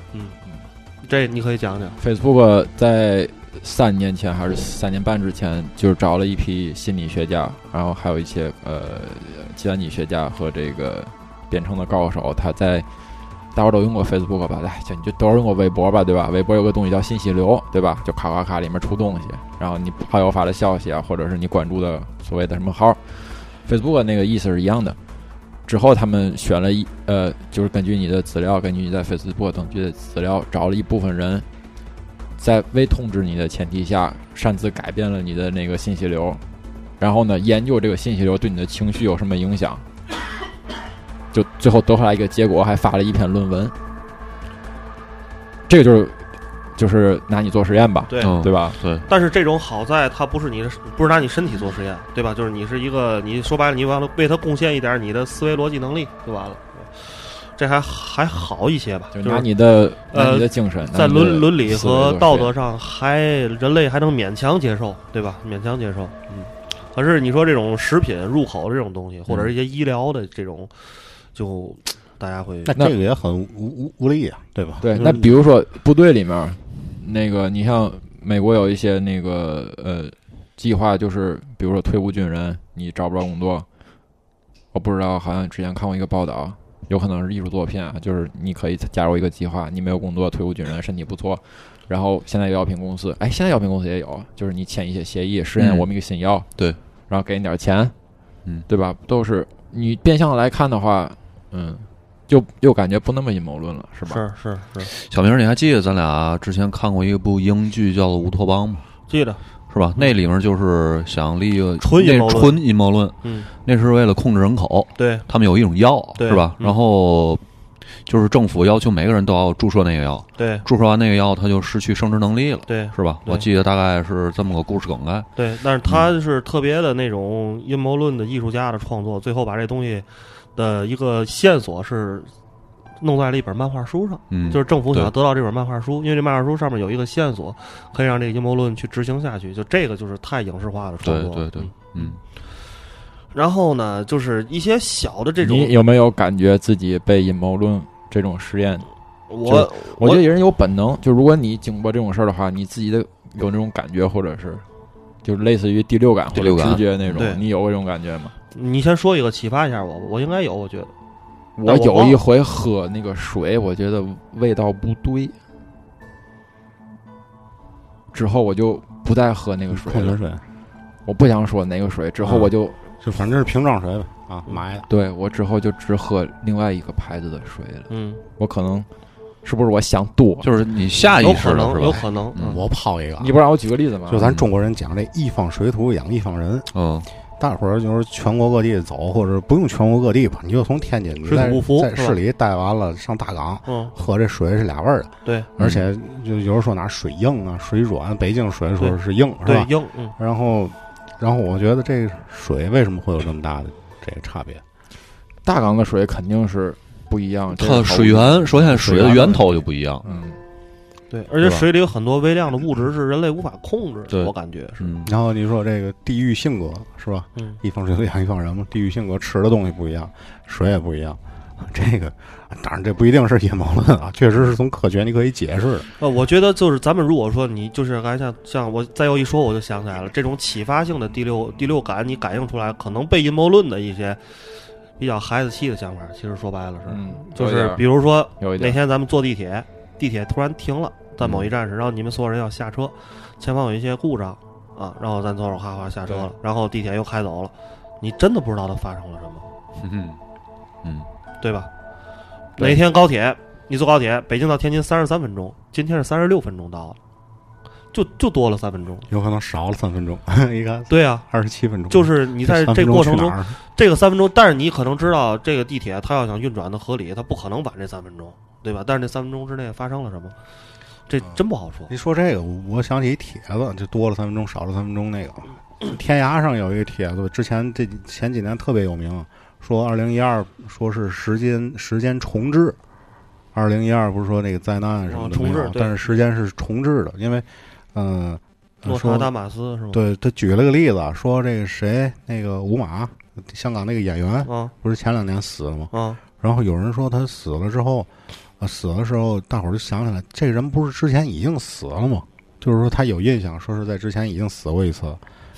S5: 这你可以讲讲。
S7: ，Facebook 在三年前还是三年半之前，就是找了一批心理学家，然后还有一些呃计算机学家和这个呃编程的高手，他在大伙儿都用过 Facebook 吧？来，就你就都是用过微博吧，对吧？微博有个东西叫信息流，对吧？就咔咔咔里面出东西，然后你好友发的消息啊，或者是你关注的所谓的什么号，Facebook 那个意思是一样的。之后他们选了一呃，就是根据你的资料，根据你在 Facebook 等级的资料，找了一部分人，在未通知你的前提下，擅自改变了你的那个信息流，然后呢，研究这个信息流对你的情绪有什么影响，就最后得出来一个结果，还发了一篇论文。这个就是就是拿你做实验吧，
S5: 对
S6: 嗯
S7: 对吧？
S6: 对，
S5: 但是这种好在它不是你的，不是拿你身体做实验，对吧？就是你是一个，你说白了，你完了为它贡献一点你的思维逻辑能力就完了，这还还好一些吧？
S7: 就
S5: 就是
S7: 拿你的拿
S5: 呃
S7: 你的精神，
S5: 在
S7: 拿你的
S5: 伦伦理
S7: 嗯思维做
S5: 和
S7: 实
S5: 道
S7: 验
S5: 德上还人类还能勉强接受，对吧？勉强接受，嗯。可是你说这种食品入口这种东西，或者是一些医疗的这种，就大家会
S4: 但
S7: 那
S4: 这个也很无无无力啊，对吧？
S5: 就
S7: 对，
S5: 是
S7: 那比如说部队里面，那个你像美国有一些那个呃计划，就是比如说退伍军人，你找不着工作，我不知道，好像之前看过一个报道，有可能是艺术作品啊，就是你可以加入一个计划，你没有工作，退伍军人，身体不错，然后现在有药品公司，哎，现在药品公司也有，就是你签一些协议，实验
S6: 嗯
S7: 我们一个新药，
S6: 对，
S7: 然后给你点钱，
S6: 嗯
S7: 对吧？都是你变相来看的话，嗯，就又感觉不那么阴谋论了，是吧？
S5: 是是是，
S6: 小明，你还记得咱俩之前看过一部英剧叫做《乌托邦》吗？
S5: 记得，
S6: 是吧？那里面就是想立个
S5: 纯阴谋
S6: 那
S5: 论
S6: 纯阴谋论，
S5: 嗯，
S6: 那是为了控制人口，
S5: 对，
S6: 他们有一种药，
S5: 对
S6: 是吧？
S5: 嗯
S6: 然后就是政府要求每个人都要注射那个药，
S5: 对，
S6: 注射完那个药，他就失去生殖能力了，
S5: 对，
S6: 是吧？
S5: 对
S6: 我记得大概是这么个故事梗概。
S5: 对，但是他是特别的那种阴谋论的艺术家的创作，最后把这东西的一个线索是弄在了一本漫画书上，
S6: 嗯，
S5: 就是政府想要
S6: 对
S5: 得到这本漫画书，因为这漫画书上面有一个线索，可以让这个阴谋论去执行下去。就这个就是太影视化的创
S6: 对
S5: 作，
S6: 对对
S5: 嗯。，
S6: 嗯，
S5: 然后呢，就是一些小的这种，
S7: 你有没有感觉自己被阴谋论这种实验？
S5: 我
S7: 我觉得人有本能，就如果你经过这种事儿的话，你自己的有那种感觉，或者是就是类似于第六感或
S6: 第
S7: 者
S6: 六感
S7: 直觉那种
S5: 对，
S7: 你有这种感觉吗？
S5: 你先说一个启发一下我，我应该有，我觉得
S7: 我
S5: 我
S7: 有
S5: 忘
S7: 一
S5: 了
S7: 回喝那个水，我觉得味道不对，之后我就不再喝那个水
S4: 矿
S7: 了
S4: 泉。水，
S7: 我不想说哪个水，之后
S4: 啊
S6: 嗯
S7: 我就、
S4: 就反正是瓶装水吧，啊，
S5: 嗯
S4: 买的。
S7: 对我之后就只喝另外一个牌子的水了。
S5: 嗯，
S7: 我可能是不是我想多？
S6: 就是你下
S5: 有
S6: 意识
S5: 可
S6: 的
S5: 能，
S6: 是
S5: 有
S6: 吧？
S5: 可能，
S6: 嗯
S4: 我抛一个啊，
S7: 你不让我举个例子吗？
S4: 就咱中国人讲这一方水土养一方人，
S6: 嗯，
S4: 大伙儿就是全国各地走，或者不用全国各地吧，你就从天津你
S5: 水土
S4: 在
S5: 不服
S4: 在
S5: 是吧
S4: 市里待完了，上大港
S5: 嗯，
S4: 喝这水是俩味儿的，
S5: 对
S4: 而且就有人说哪水硬啊，水软，北京水说是硬是
S5: 对
S4: 吧？
S5: 硬，嗯，
S4: 然后，然后我觉得这水为什么会有这么大的这个差别？
S7: 大港的水肯定是不一样，这
S6: 它
S7: 是毫无
S6: 水源，首先水的
S4: 水源
S6: 源头就不一样。
S7: 嗯，
S5: 对，而且
S6: 吧
S5: 水里有很多微量的物质是人类无法控制
S6: 对
S5: 的，我感觉是，
S6: 嗯，
S4: 然后你说这个地域性格是吧？
S5: 嗯，
S4: 一方水土养一方人嘛，地域性格吃的东西不一样，水也不一样。这个当然这不一定是阴谋论啊，确实是从科学你可以解释的。
S5: 呃，我觉得就是咱们如果说你就是刚才像像我再又一说，我就想起来了，这种启发性的第六第六感，你感应出来，可能被阴谋论的一些比较孩子气的想法，其实说白了是，
S7: 嗯
S5: 就
S7: 有一
S5: 是
S7: 点
S5: 比如说
S7: 有一
S5: 那
S7: 点哦
S5: 天咱们坐地铁，地铁突然停了，在某一站时，然后你们所有人要下车，前方有一些故障啊，然后咱走走哈哈下车了，然后地铁又开走了，你真的不知道它发生了什么，
S6: 嗯嗯，
S5: 对吧？
S7: 对
S5: 哪天高铁，你坐高铁，北京到天津三十三分钟，今天是三十六分钟到了，就就多了三分钟。
S4: 有可能少了三分钟， 一看
S5: 对啊，
S4: 二十七分钟，
S5: 就是你在
S4: 嗯三
S5: 这
S4: 分
S5: 个过
S4: 钟
S5: 程
S4: 去
S5: 中
S4: 哪，儿
S5: 这个三分钟，但是你可能知道这个地铁它要想运转的合理，它不可能晚这三分钟，对吧？但是这三分钟之内发生了什么，这真不好说。
S4: 你说这个，我我想起一帖子，就多了三分钟，少了三分钟那个。天涯上有一个帖子，之前这前几年特别有名，说二零一二说是时间时间重置，二零一二不是说那个灾难什么
S5: 哦
S4: 的没
S5: 重
S4: 有
S5: 置对
S4: 但是时间是重置的，因为嗯、
S5: 诺
S4: 呃，
S5: 查
S4: 说
S5: 达马斯是吗？
S4: 对他举了个例子，说这个谁那个吴马，香港那个演员
S5: 啊
S4: 不是前两年死了吗？
S5: 啊，
S4: 然后有人说他死了之后，啊，死的时候大伙儿就想起来，这个人不是之前已经死了吗？就是说他有印象，说是在之前已经死过一次。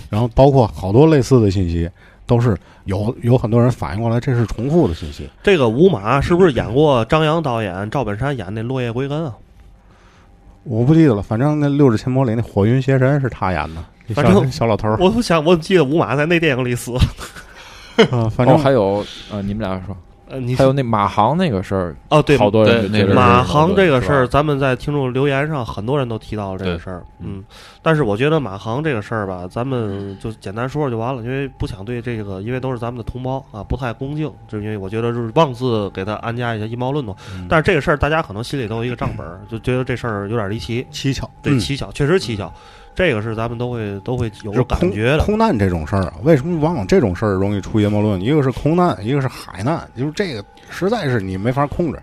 S4: 然后包括好多类似的信息，都是有有很多人反应过来，这是重复的信息。
S5: 这个吴马是不是演过张扬导演、赵本山演那《落叶归根》啊？
S4: 我不记得了，反正那《六指琴魔》里那火云邪神是他演的，一
S5: 反正
S4: 小小 老头儿
S5: 我不想，我记得吴马在那电影里死了。
S4: 啊，反
S7: 哦，
S4: 正
S7: 还有呃，你们俩说，
S5: 呃，你
S7: 还有那马航那个事儿，
S5: 哦，对，
S7: 好多人
S6: 对
S7: 就觉得
S6: 那个
S7: 是
S5: 马
S7: 阴谋
S5: 航
S7: 论
S5: 这个事儿，
S7: 是吧
S5: 咱们在听众留言上很多人都提到了这个
S6: 对
S5: 事儿，
S6: 嗯
S5: 嗯，但是我觉得马航这个事儿吧，咱们就简单说说就完了，因为不想对这个，因为都是咱们的同胞啊，不太恭敬，就是因为我觉得就是妄自给他安家一些阴谋论嘛。但是这个事儿大家可能心里都有一个账本儿，就觉得这事儿有点离奇，
S4: 蹊跷，
S5: 对，
S4: 嗯
S5: 蹊跷，确实蹊跷，这个是咱们都会都会有
S4: 就是
S5: 感
S4: 空
S5: 觉的，
S4: 空难这种事儿啊，为什么往往这种事儿容易出阴谋论？一个是空难，一个是海难，就是这个实在是你没法控制，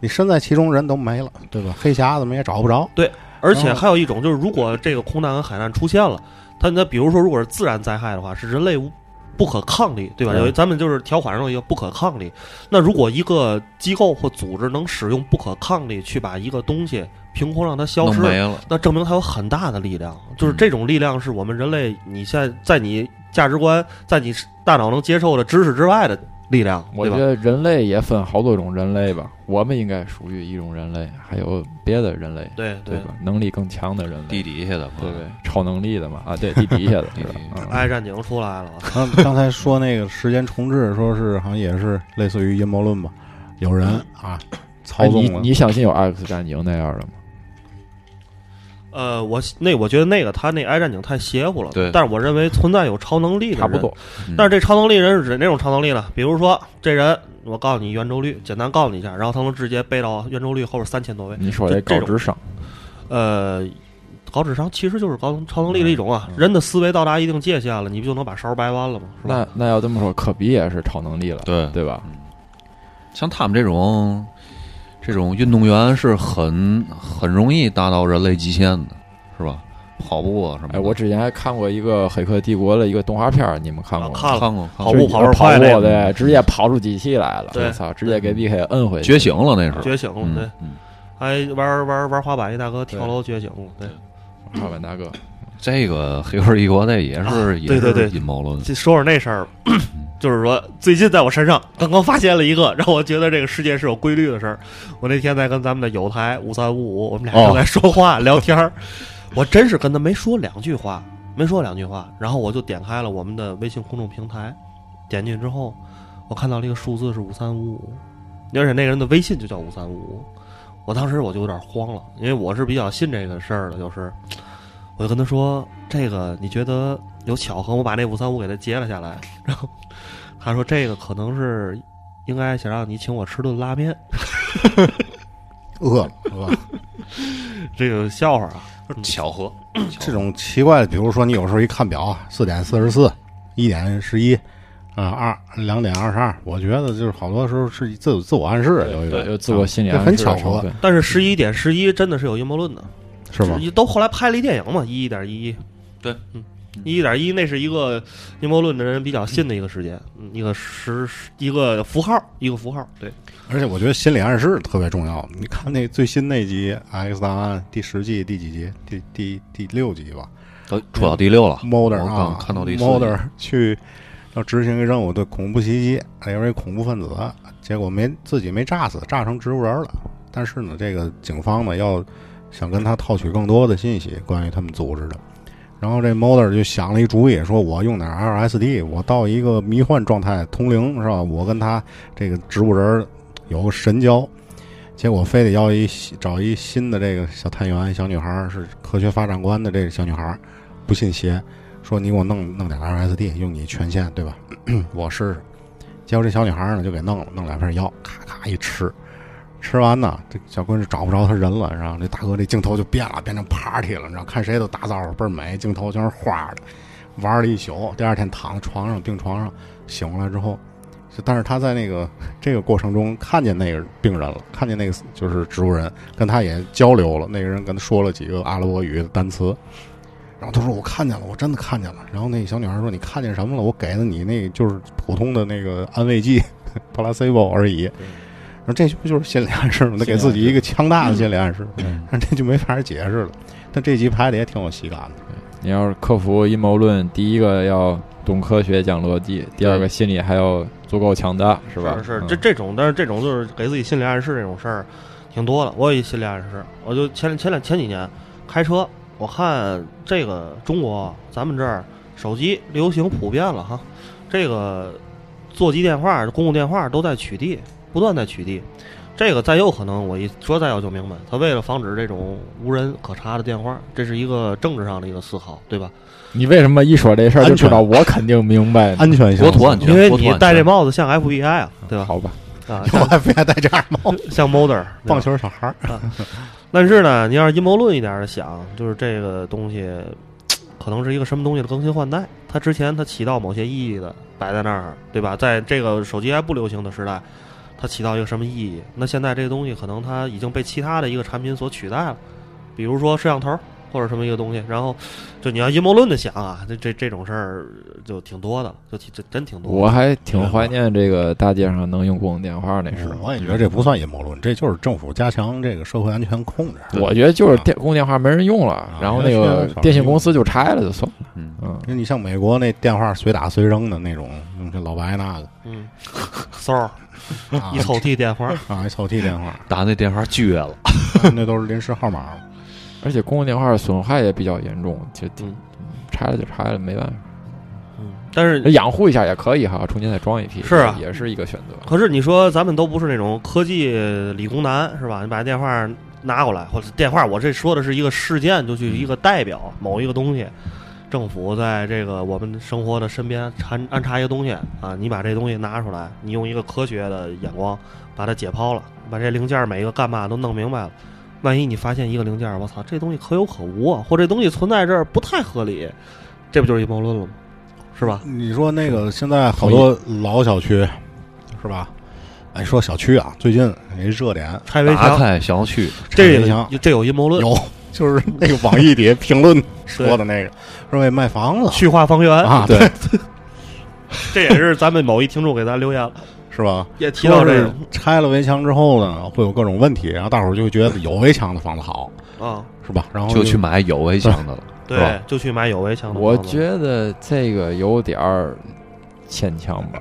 S4: 你身在其中人都没了，对吧？黑匣子们也找不着，
S5: 而且还有一种就是，如果这个空难和海难出现了，它那比如说如果是自然灾害的话，是人类无不可抗力，对吧？
S6: 对
S5: 有一咱们就是条款上有一个不可抗力。那如果一个机构或组织能使用不可抗力去把一个东西凭空让它消
S6: 弄
S5: 失，
S6: 没了。
S5: 那证明它有很大的力量，就是这种力量是我们人类你现在在你价值观、在你大脑能接受的知识之外的力量，
S7: 我
S5: 对吧？
S7: 觉得人类也分好多种人类吧，我们应该属于一种人类，还有别的人类，
S5: 对
S7: 对吧？能力更强的人类
S6: 地，底下的嘛，
S7: 对不对？超能力的嘛，啊，对，地底下的，是吧
S6: 地底？
S7: 嗯
S5: 爱战警出来了，
S4: 刚刚才说那个时间重置，说是好像也是类似于阴谋论吧，有人啊操
S7: 哎
S4: 纵
S7: 你
S4: 了，
S7: 你相信有 X 战警那样的吗？
S5: 呃，我那我觉得那个他那爱战警太邪乎了，
S6: 对
S5: 但是我认为存在有超能力的人，
S7: 差不多，
S6: 嗯
S5: 但是这超能力人是指哪种超能力呢？比如说这人，我告诉你圆周率，简单告诉你一下，然后他能直接背到圆周率后边三千多位。
S7: 你说这
S5: 就这
S7: 高
S5: 种
S7: 智商，
S5: 呃，高智商其实就是高超能力的一种啊。人的思维到达一定界限了，你不就能把勺掰弯了吗？是吧？
S7: 那那要这么说，科比也是超能力了，
S6: 对
S7: 对吧？
S6: 像他们这种这种运动员是很很容易达到人类极限的，是吧？跑步啊什么的，
S7: 哎，我之前还看过一个《黑客帝国》的一个动画片儿，你们看过
S5: 啊
S7: 吗？
S5: 看了，
S6: 看过，看
S5: 跑
S6: 过
S5: 步
S7: 就是
S5: 跑得
S7: 跑
S5: 快那
S7: 步
S5: 个
S7: 对，直接跑出机器来了，
S5: 对
S7: 我操，直接给 BK 摁回去，
S6: 觉醒了那是，
S5: 觉醒了，对
S6: 嗯，嗯，
S5: 还玩玩玩滑板一大哥跳楼觉醒了，对。
S7: 哈本大哥，
S6: 这个黑客帝国那也
S5: 啊
S6: 是也
S5: 对对
S6: 是
S5: 对
S6: 阴谋论，
S5: 这说说那事儿， 就是说最近在我身上刚刚发现了一个让我觉得这个世界是有规律的事儿。我那天在跟咱们的友台五三五五，我们俩正在说话、聊天儿，我真是跟他没说两句话，没说两句话，然后我就点开了我们的微信公众平台，点进去之后，我看到了一个数字是五三五五，而且那个人的微信就叫五三五五，我当时我就有点慌了，因为我是比较信这个事儿的，就是。我就跟他说：“这个你觉得有巧合？我把那五三五给他截了下来。”然后他说：“这个可能是应该想让你请我吃顿拉面。
S4: 饿了，是吧？”
S5: 这个笑话啊，
S6: 巧合，
S4: 这种奇怪的，比如说你有时候一看表，啊四点四十四，一点十一，啊二两点二十二，我觉得就是好多时候是自自我暗示，有啊一种
S7: 有自我心理
S4: 这
S7: 暗示
S4: 很巧
S7: 的成
S4: 合，
S7: 分
S5: 但是十一点十一真的是有阴谋论的，
S4: 是吗？
S5: 就都后来拍了一电影嘛，一一点一一。
S6: 对，
S5: 嗯，一一点一那是一个阴谋论的人比较信的一个事件，嗯一个十一个符号，一个符号。对，
S4: 而且我觉得心理暗示特别重要。你看那最新那集《X 档案》第十季第几集？第第第六集吧。
S6: 都呃出到第六了，
S5: 嗯
S6: 我
S4: Mulder 啊
S6: 刚看到第四集
S4: ，Mulder 去要执行一个任务，对恐怖袭击，还有一恐怖分子，结果没自己没炸死，炸成植物人了。但是呢，这个警方呢要想跟他套取更多的信息，关于他们组织的。然后这 Mulder 就想了一主意，说我用点 LSD，我到一个迷幻状态通灵是吧？我跟他这个植物人儿有个神交，结果非得要一找一新的这个小探员小女孩儿，是科学发展观的这个小女孩儿，不信邪，说你给我弄弄点 LSD，用你权限对吧？ 我试试。结果这小女孩儿呢就给弄了，弄两片药，咔咔一吃，吃完呢，这小闺女找不着她人了，然后这大哥这镜头就变了，变成 party 了，你知道，看谁都打枣倍儿美，镜头全是花儿的，玩了一宿，第二天躺在床上病床上醒过来之后，就但是他在那个 这个过程中看见那个病人了，看见那个就是植物人，跟他也交流了，那个人跟他说了几个阿拉伯语的单词。然后他说我看见了，我真的看见了。然后那小女孩说你看见什么了？我给了你那个就是普通的那个安慰剂 placebo 而已。然后这不就是心理暗示吗？嗯他给自己一个强大的心理暗示，但这就没法解释了。但这集拍的也挺有喜感的。
S7: 你要是克服阴谋论，第一个要懂科学、讲逻辑，第二个心理还要足够强大，是吧？
S5: 是
S7: 嗯
S5: 这这种，但是这种就是给自己心理暗示这种事儿，挺多的。我有一心理暗示，我就前前两前几年开车，我看这个中国咱们这儿手机流行普遍了哈，这个座机电话、公共电话都在取缔，不断在取缔。这个再有可能，我一说再有就明白，他为了防止这种无人可查的电话，这是一个政治上的一个思考，对吧？
S7: 你为什么一说这事儿就
S4: 安全
S7: 知道我肯定明白呢？
S4: 安全性，
S6: 国土安全
S5: 因为
S6: 国土
S5: 你
S6: 安全
S5: 戴这帽子像 FBI 啊，对吧？
S7: 好吧，
S5: 啊，
S4: 我
S5: 像
S4: 还非爱戴这样 帽子，
S5: 像 Molder
S4: 棒球小孩儿。
S5: 但是呢，你要是阴谋论一点的想，就是这个东西可能是一个什么东西的更新换代。它之前它起到某些意义的，摆在那儿，对吧？在这个手机还不流行的时代，它起到一个什么意义？那现在这个东西可能它已经被其他的一个产品所取代了，比如说摄像头，或者什么一个东西，然后就你要阴谋论的想啊，这这这种事儿就挺多的，就挺真真挺多的。
S7: 我还挺怀念这个大街上能用公用电话那时候。
S4: 嗯我也觉得这不算阴谋论，这就是政府加强这个社会安全控制。
S5: 嗯
S7: 我觉得就是电公用电话没人用了
S4: 啊，
S7: 然后那
S4: 原来
S7: 个
S4: 是少
S7: 电信公司就拆了就算了。
S6: 嗯，
S7: 嗯，
S4: 那你像美国那电话随打随扔的那种，嗯这老白那个
S5: 嗯，搜儿
S4: 啊
S5: 一抽屉电话，
S4: 啊，一抽 屉电话，
S6: 打那电话撅了，
S4: 那都是临时号码嘛。
S7: 而且公用电话损坏也比较严重，就
S5: 嗯
S7: 拆了就拆了，没办法，
S5: 嗯，但是
S7: 养护一下也可以哈，重新再装一批，
S5: 是啊
S7: 也是一个选择。
S5: 可是你说咱们都不是那种科技理工男是吧？你把电话拿过来，或者电话，我这说的是一个事件，就去一个代表某一个东西，政府在这个我们生活的身边安安插一个东西啊，你把这东西拿出来，你用一个科学的眼光把它解剖了，把这零件每一个干嘛都弄明白了。万一你发现一个零件，我操，这东西可有可无啊，或者这东西存在这儿不太合理，这不就是阴谋论了吗？是吧？
S4: 你说那个现在好多老小区，是吧？哎，说小区啊，最近有一热点，
S5: 拆围
S6: 打
S5: 墙，
S6: 开小区，
S5: 这
S4: 拆围
S5: 个
S4: 墙
S5: 这有阴谋论，
S4: 有 就是那个网易底下评论说的那个，说为卖房子
S5: 去化方圆
S4: 啊，
S6: 对，
S5: 这也是咱们某一听众给咱留言了，
S4: 是吧？
S5: 也提到这
S4: 说是拆了围墙之后呢，会有各种问题，然后大伙儿就会觉得有围墙的房子好，
S5: 个啊，
S4: 是吧？然后
S6: 就去买哦有围墙的了。是
S5: 对
S6: 吧，
S5: 就去买有围墙的
S7: 我
S5: 房子
S7: 觉得这个有点儿牵强吧，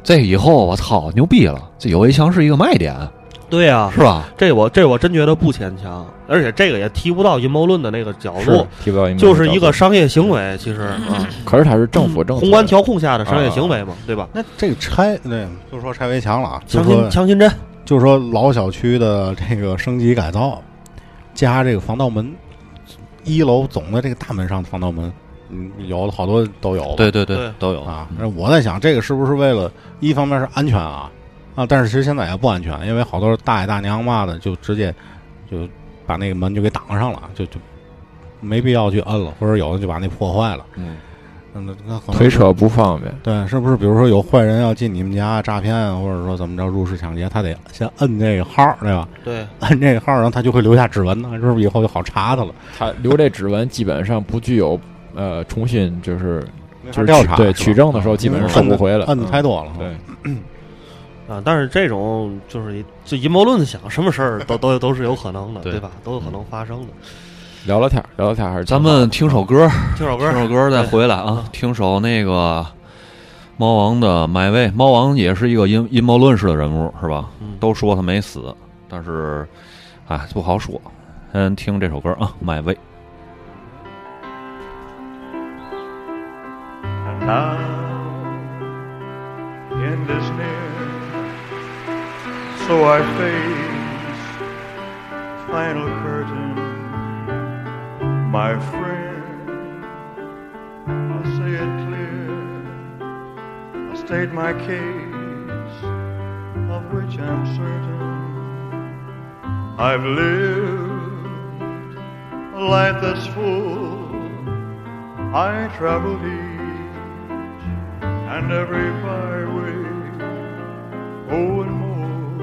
S6: 这以后我操牛逼了，这有围墙是一个卖点，
S5: 对呀，
S6: 是吧？
S5: 这我这我真觉得不牵强，而且这个也提不到阴谋论的那个角
S7: 是
S5: 度，
S7: 提不到阴谋
S5: 就
S7: 论
S5: 是一
S7: 角
S5: 个
S7: 度，
S5: 商业行为，其实啊，
S7: 可是它是政府政策
S5: 宏观调控下的商业行为嘛，对吧？
S4: 那这个拆，对，就说拆围墙了啊，就
S5: 强
S4: 说
S5: 心强心针，
S4: 就说老小区的这个升级改造，加这个防盗门，一楼总的这个大门上的防盗门，嗯，有的好多都有吧，
S6: 对对对
S5: 对，
S6: 都有
S4: 啊。那我在想，这个是不是为了一方面是安全啊啊，但是其实现在也不安全，因为好多大爷大娘嘛的就直接就把那个门就给挡上了，就就没必要去摁了，或者有的就把那破坏了，
S6: 嗯，
S4: 那那那可能
S7: 推车不方便。
S4: 对，是不是比如说有坏人要进你们家诈骗，或者说怎么着入室抢劫，他得先摁这个号儿，对吧？
S5: 对，
S4: 摁这个号儿，然后他就会留下指纹呢，是不是以后就好查他了？
S7: 它留这指纹基本上不具有呃重新就是就是
S4: 调查
S7: 取
S4: 是
S7: 对
S4: 吧
S7: 取证的
S5: 嗯
S7: 时候基本上收不回了，
S4: 摁的
S7: 嗯
S4: 太多了。
S7: 对，
S5: 啊，但是这种就是就阴谋论想，什么事儿都都都是有可能的，
S6: 对
S5: 对吧？都有可能发生的。
S7: 聊聊天儿聊聊天儿还是
S6: 咱
S7: 挺好
S6: 们听首歌，
S5: 听首歌
S6: 听，首歌再回来啊，听首那个猫王的《My Way》。猫王也是一个阴阴谋论式的人物，是吧？
S5: 嗯
S6: 都说他没死，但是哎，不好说。先听这首歌啊，《My Way》。
S8: And now, the end is near, so I face the final curtain. My friend, I'll say it clear. I state my case, of which I'm certain. I've lived a life that's full. I traveled each and every byway, oh, and more,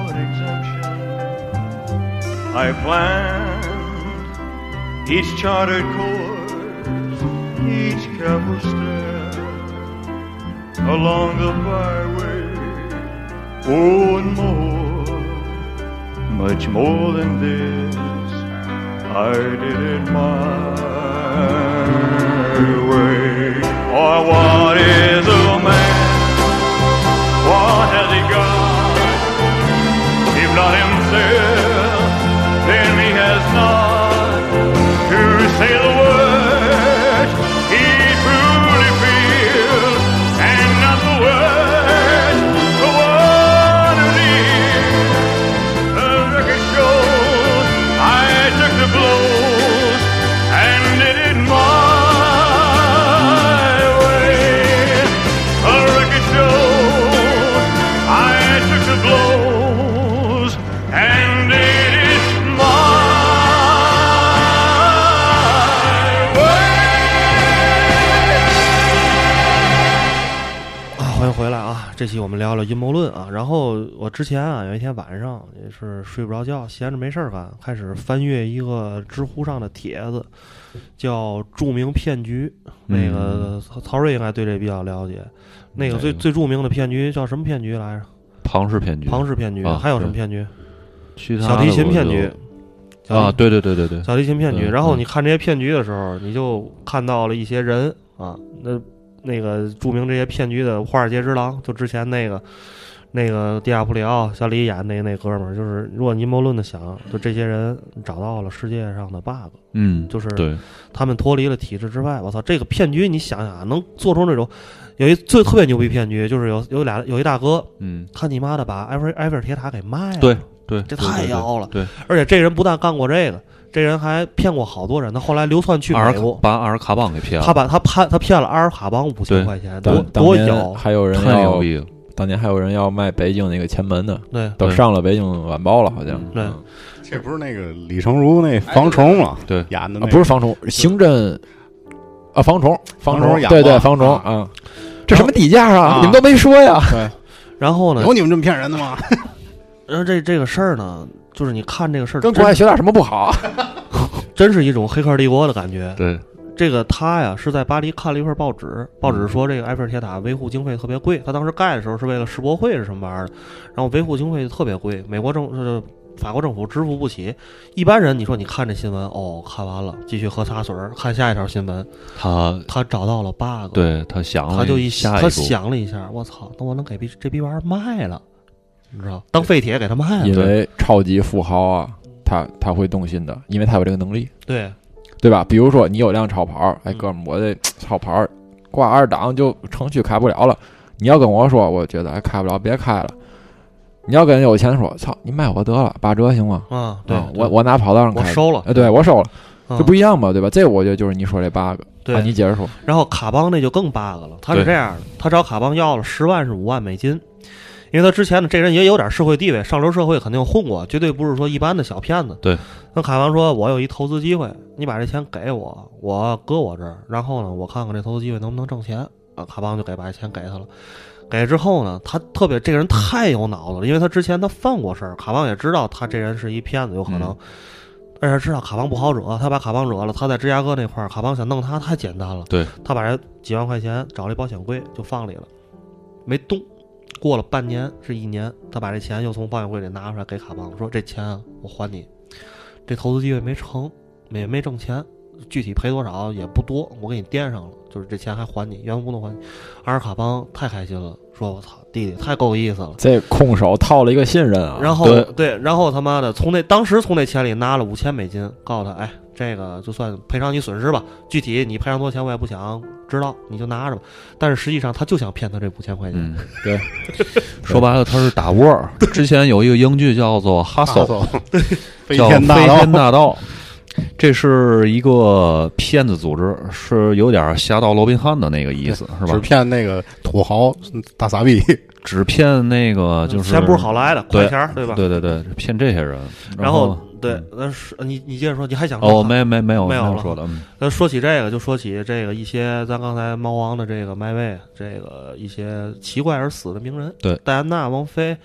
S8: exemption. I planned each charted course, each careful step along the byway. Oh, and more, much more than this. I did it my way. Or what is a man? What has he got? If not himself, then he has not to say the word he truly feels, and not the word the one who needs. The record shows I took the blows
S5: 欢迎回来啊！这期我们聊聊阴谋论啊。然后我之前啊，有一天晚上也是睡不着觉，闲着没事儿干，开始翻阅一个知乎上的帖子，叫“著名骗局”。那
S6: 嗯
S5: 个曹曹睿应该对这比较了解。那个最
S6: 哪个
S5: 最著名的骗局叫什么骗局来着？
S6: 庞氏骗局，
S5: 庞氏骗局，
S6: 啊
S5: 还有什么
S6: 对
S5: 骗局？
S6: 其他的
S5: 小提琴骗
S6: 我
S5: 局。
S6: 就啊，对对对对对，
S5: 小提琴骗局。
S6: 嗯
S5: 然后你看这些骗局的时候，你就看到了一些人啊，那那个著名这些骗局的华尔街之狼，就之前那个那个迪亚普里奥、小李演那那哥们儿，就是如果阴谋论的想，就这些人找到了世界上的 bug，
S6: 嗯，
S5: 就是
S6: 对，
S5: 他们脱离了体制之外。我操，这个骗局你想想啊，能做出那种。有一最特别牛逼骗局，就是有有俩有一大哥，
S6: 嗯，
S5: 他你妈的把埃菲尔埃菲尔铁塔给卖了，
S6: 对对，
S5: 这
S6: 对
S5: 太
S6: 对对
S5: 妖了
S6: 对，
S5: 而且这人不但干过这个，这人还骗过好多人。他后来流窜去
S6: 阿尔
S5: 美
S6: 卡
S5: 国，
S6: 把阿尔卡邦给骗了，
S5: 他把他骗他骗了阿尔卡邦五千块钱，多
S7: 当当
S5: 多
S7: 年
S5: 有
S7: 还有人
S6: 太牛
S7: 要，
S6: 逼了，
S7: 当年还有人要卖北京那个前门呢，
S5: 对
S7: 都
S6: 对
S7: 上了北京晚报了，好像
S5: 对
S7: 嗯
S4: 这不是那个李成儒那防虫吗？
S6: 对
S4: 演的
S7: 啊
S4: 那，个
S7: 不是防虫，刑侦啊，防虫，
S4: 防虫
S7: 虫
S4: 演，
S7: 对
S4: 过
S7: 对，防虫
S4: 啊
S7: 啊，这什么底价
S4: 啊
S7: 啊？你们都没说呀？
S5: 然后呢
S4: 有，你们这么骗人的吗？
S5: 然后这这个事儿呢，就是你看这个事儿，
S7: 跟
S5: 真
S7: 国外学点什么不好？
S5: 真是一种黑客帝国的感觉。
S6: 对，
S5: 这个他呀是在巴黎看了一份报纸，报
S7: 嗯
S5: 纸说这个埃菲尔铁塔维护经费特别贵，他当时盖的时候是为了世博会是什么玩意儿的，然后维护经费特别贵，美国政呃法国政府支付不起。一般人你说你看这新闻哦，看完了继续喝茶水儿，看下一条新闻，
S6: 他
S5: 他找到了 bug，，
S6: 对他想了
S5: 嗯他就一
S6: 下
S5: 他
S6: 一步，
S5: 想了一下，我操，那我能给这这逼玩意儿卖了，你知道，当废铁给他卖
S7: 因
S5: 了，
S7: 为超级富豪啊，他他会动心的，因为他有这个能力，
S5: 对
S7: 对吧？比如说你有辆超跑，哎，
S5: 嗯
S7: 哥们儿，我这超跑挂二档就城区开不了了，你要跟我说，我觉得哎开不了，别开了。你要跟人有钱说，操，你卖我得了，八折行吗？
S5: 啊，对
S7: 啊，我我拿跑道上
S5: 我
S7: 开，
S5: 收了，
S7: 哎，对我收了，
S5: 嗯
S7: 这不一样嘛，对吧？这我觉得就是你说这 bug，
S5: 对
S7: 啊，你接着说，
S5: 然后卡邦那就更 bug 了，他是
S6: 对
S5: 这样的，他找卡邦要了十万是五万美金，因为他之前呢这人也有点社会地位，上流社会肯定混过，绝对不是说一般的小骗子。
S6: 对，
S5: 那卡邦说：“我有一投资机会，你把这钱给我，我搁我这儿，然后呢，我看看这投资机会能不能挣钱。”啊，卡邦就给把这钱给他了。给之后呢，他特别这个人太有脑子了，因为他之前他犯过事儿，卡邦也知道他这人是一骗子，有可能，
S6: 嗯
S5: 而且知道卡邦不好惹，他把卡邦惹了，他在芝加哥那块儿，卡邦想弄他太简单了，
S6: 对，
S5: 他把这几万块钱找了一保险柜就放里了，没动。过了半年是一年，他把这钱又从保险柜里拿出来给卡邦，说这钱啊我还你，这投资机会没成，也没挣钱，具体赔多少也不多，我给你垫上了，就是这钱还还你，原封不动还你。阿尔卡邦太开心了，说我操，弟弟太够意思了。
S7: 这空手套了一个信任啊，
S5: 然后
S6: 对
S5: 然后他妈的从那当时从那钱里拿了五千美金，告诉他，哎，这个就算赔偿你损失吧，具体你赔偿多少钱我也不想知道，你就拿着吧。但是实际上他就想骗他这五千块钱，
S6: 嗯，
S7: 对，
S6: 说白了他是打窝儿。之前有一个英剧叫做《哈
S4: 哈
S6: 搜》，
S4: 搜，飞
S6: 叫
S4: 天大
S6: 飞
S4: 盗
S6: 天， 大盗，这是一个骗子组织，是有点侠盗罗宾汉的那个意思，是
S4: 只
S6: 吧？
S4: 骗那个土豪大傻 逼。
S6: 只骗那个就是
S5: 钱不是嗯好来的，
S6: 对
S5: 快钱儿对吧？
S6: 对对对，骗这些人。
S5: 然
S6: 后嗯
S5: 对，那是你你接着说，你还想说
S6: 哦，没没没有
S5: 没有
S6: 有
S5: 了
S6: 说的，嗯
S5: 那说起这个，就说起这个一些咱刚才猫王的这个麦位，这个一些奇怪而死的名人，
S6: 对
S5: 戴安娜、王菲，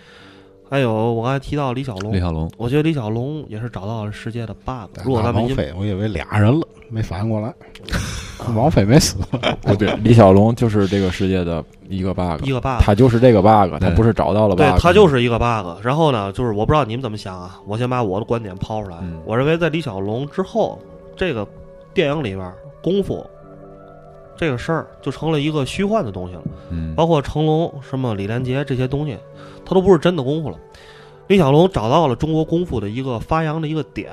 S5: 还有我刚才提到李小龙
S6: 李，小龙
S5: 我觉得李小龙也是找到了世界的 bug。如果
S4: 大
S5: 咱们
S4: 王
S5: 因
S4: 菲，我以为俩人了，没反应过 来，王菲没死。
S7: 不对，李小龙就是这个世界的一个 bug，
S5: 一个 bug，
S7: 他就是这个 bug，他
S6: 对
S7: 不是找到了 bug，
S5: 对他就是一个 bug。然后呢，就是我不知道你们怎么想啊，我先把我的观点抛出来。
S6: 嗯
S5: 我认为在李小龙之后，这个电影里边功夫这个事儿就成了一个虚幻的东西了。
S6: 嗯，
S5: 包括成龙、什么李连杰这些东西，他都不是真的功夫了。李小龙找到了中国功夫的一个发扬的一个点，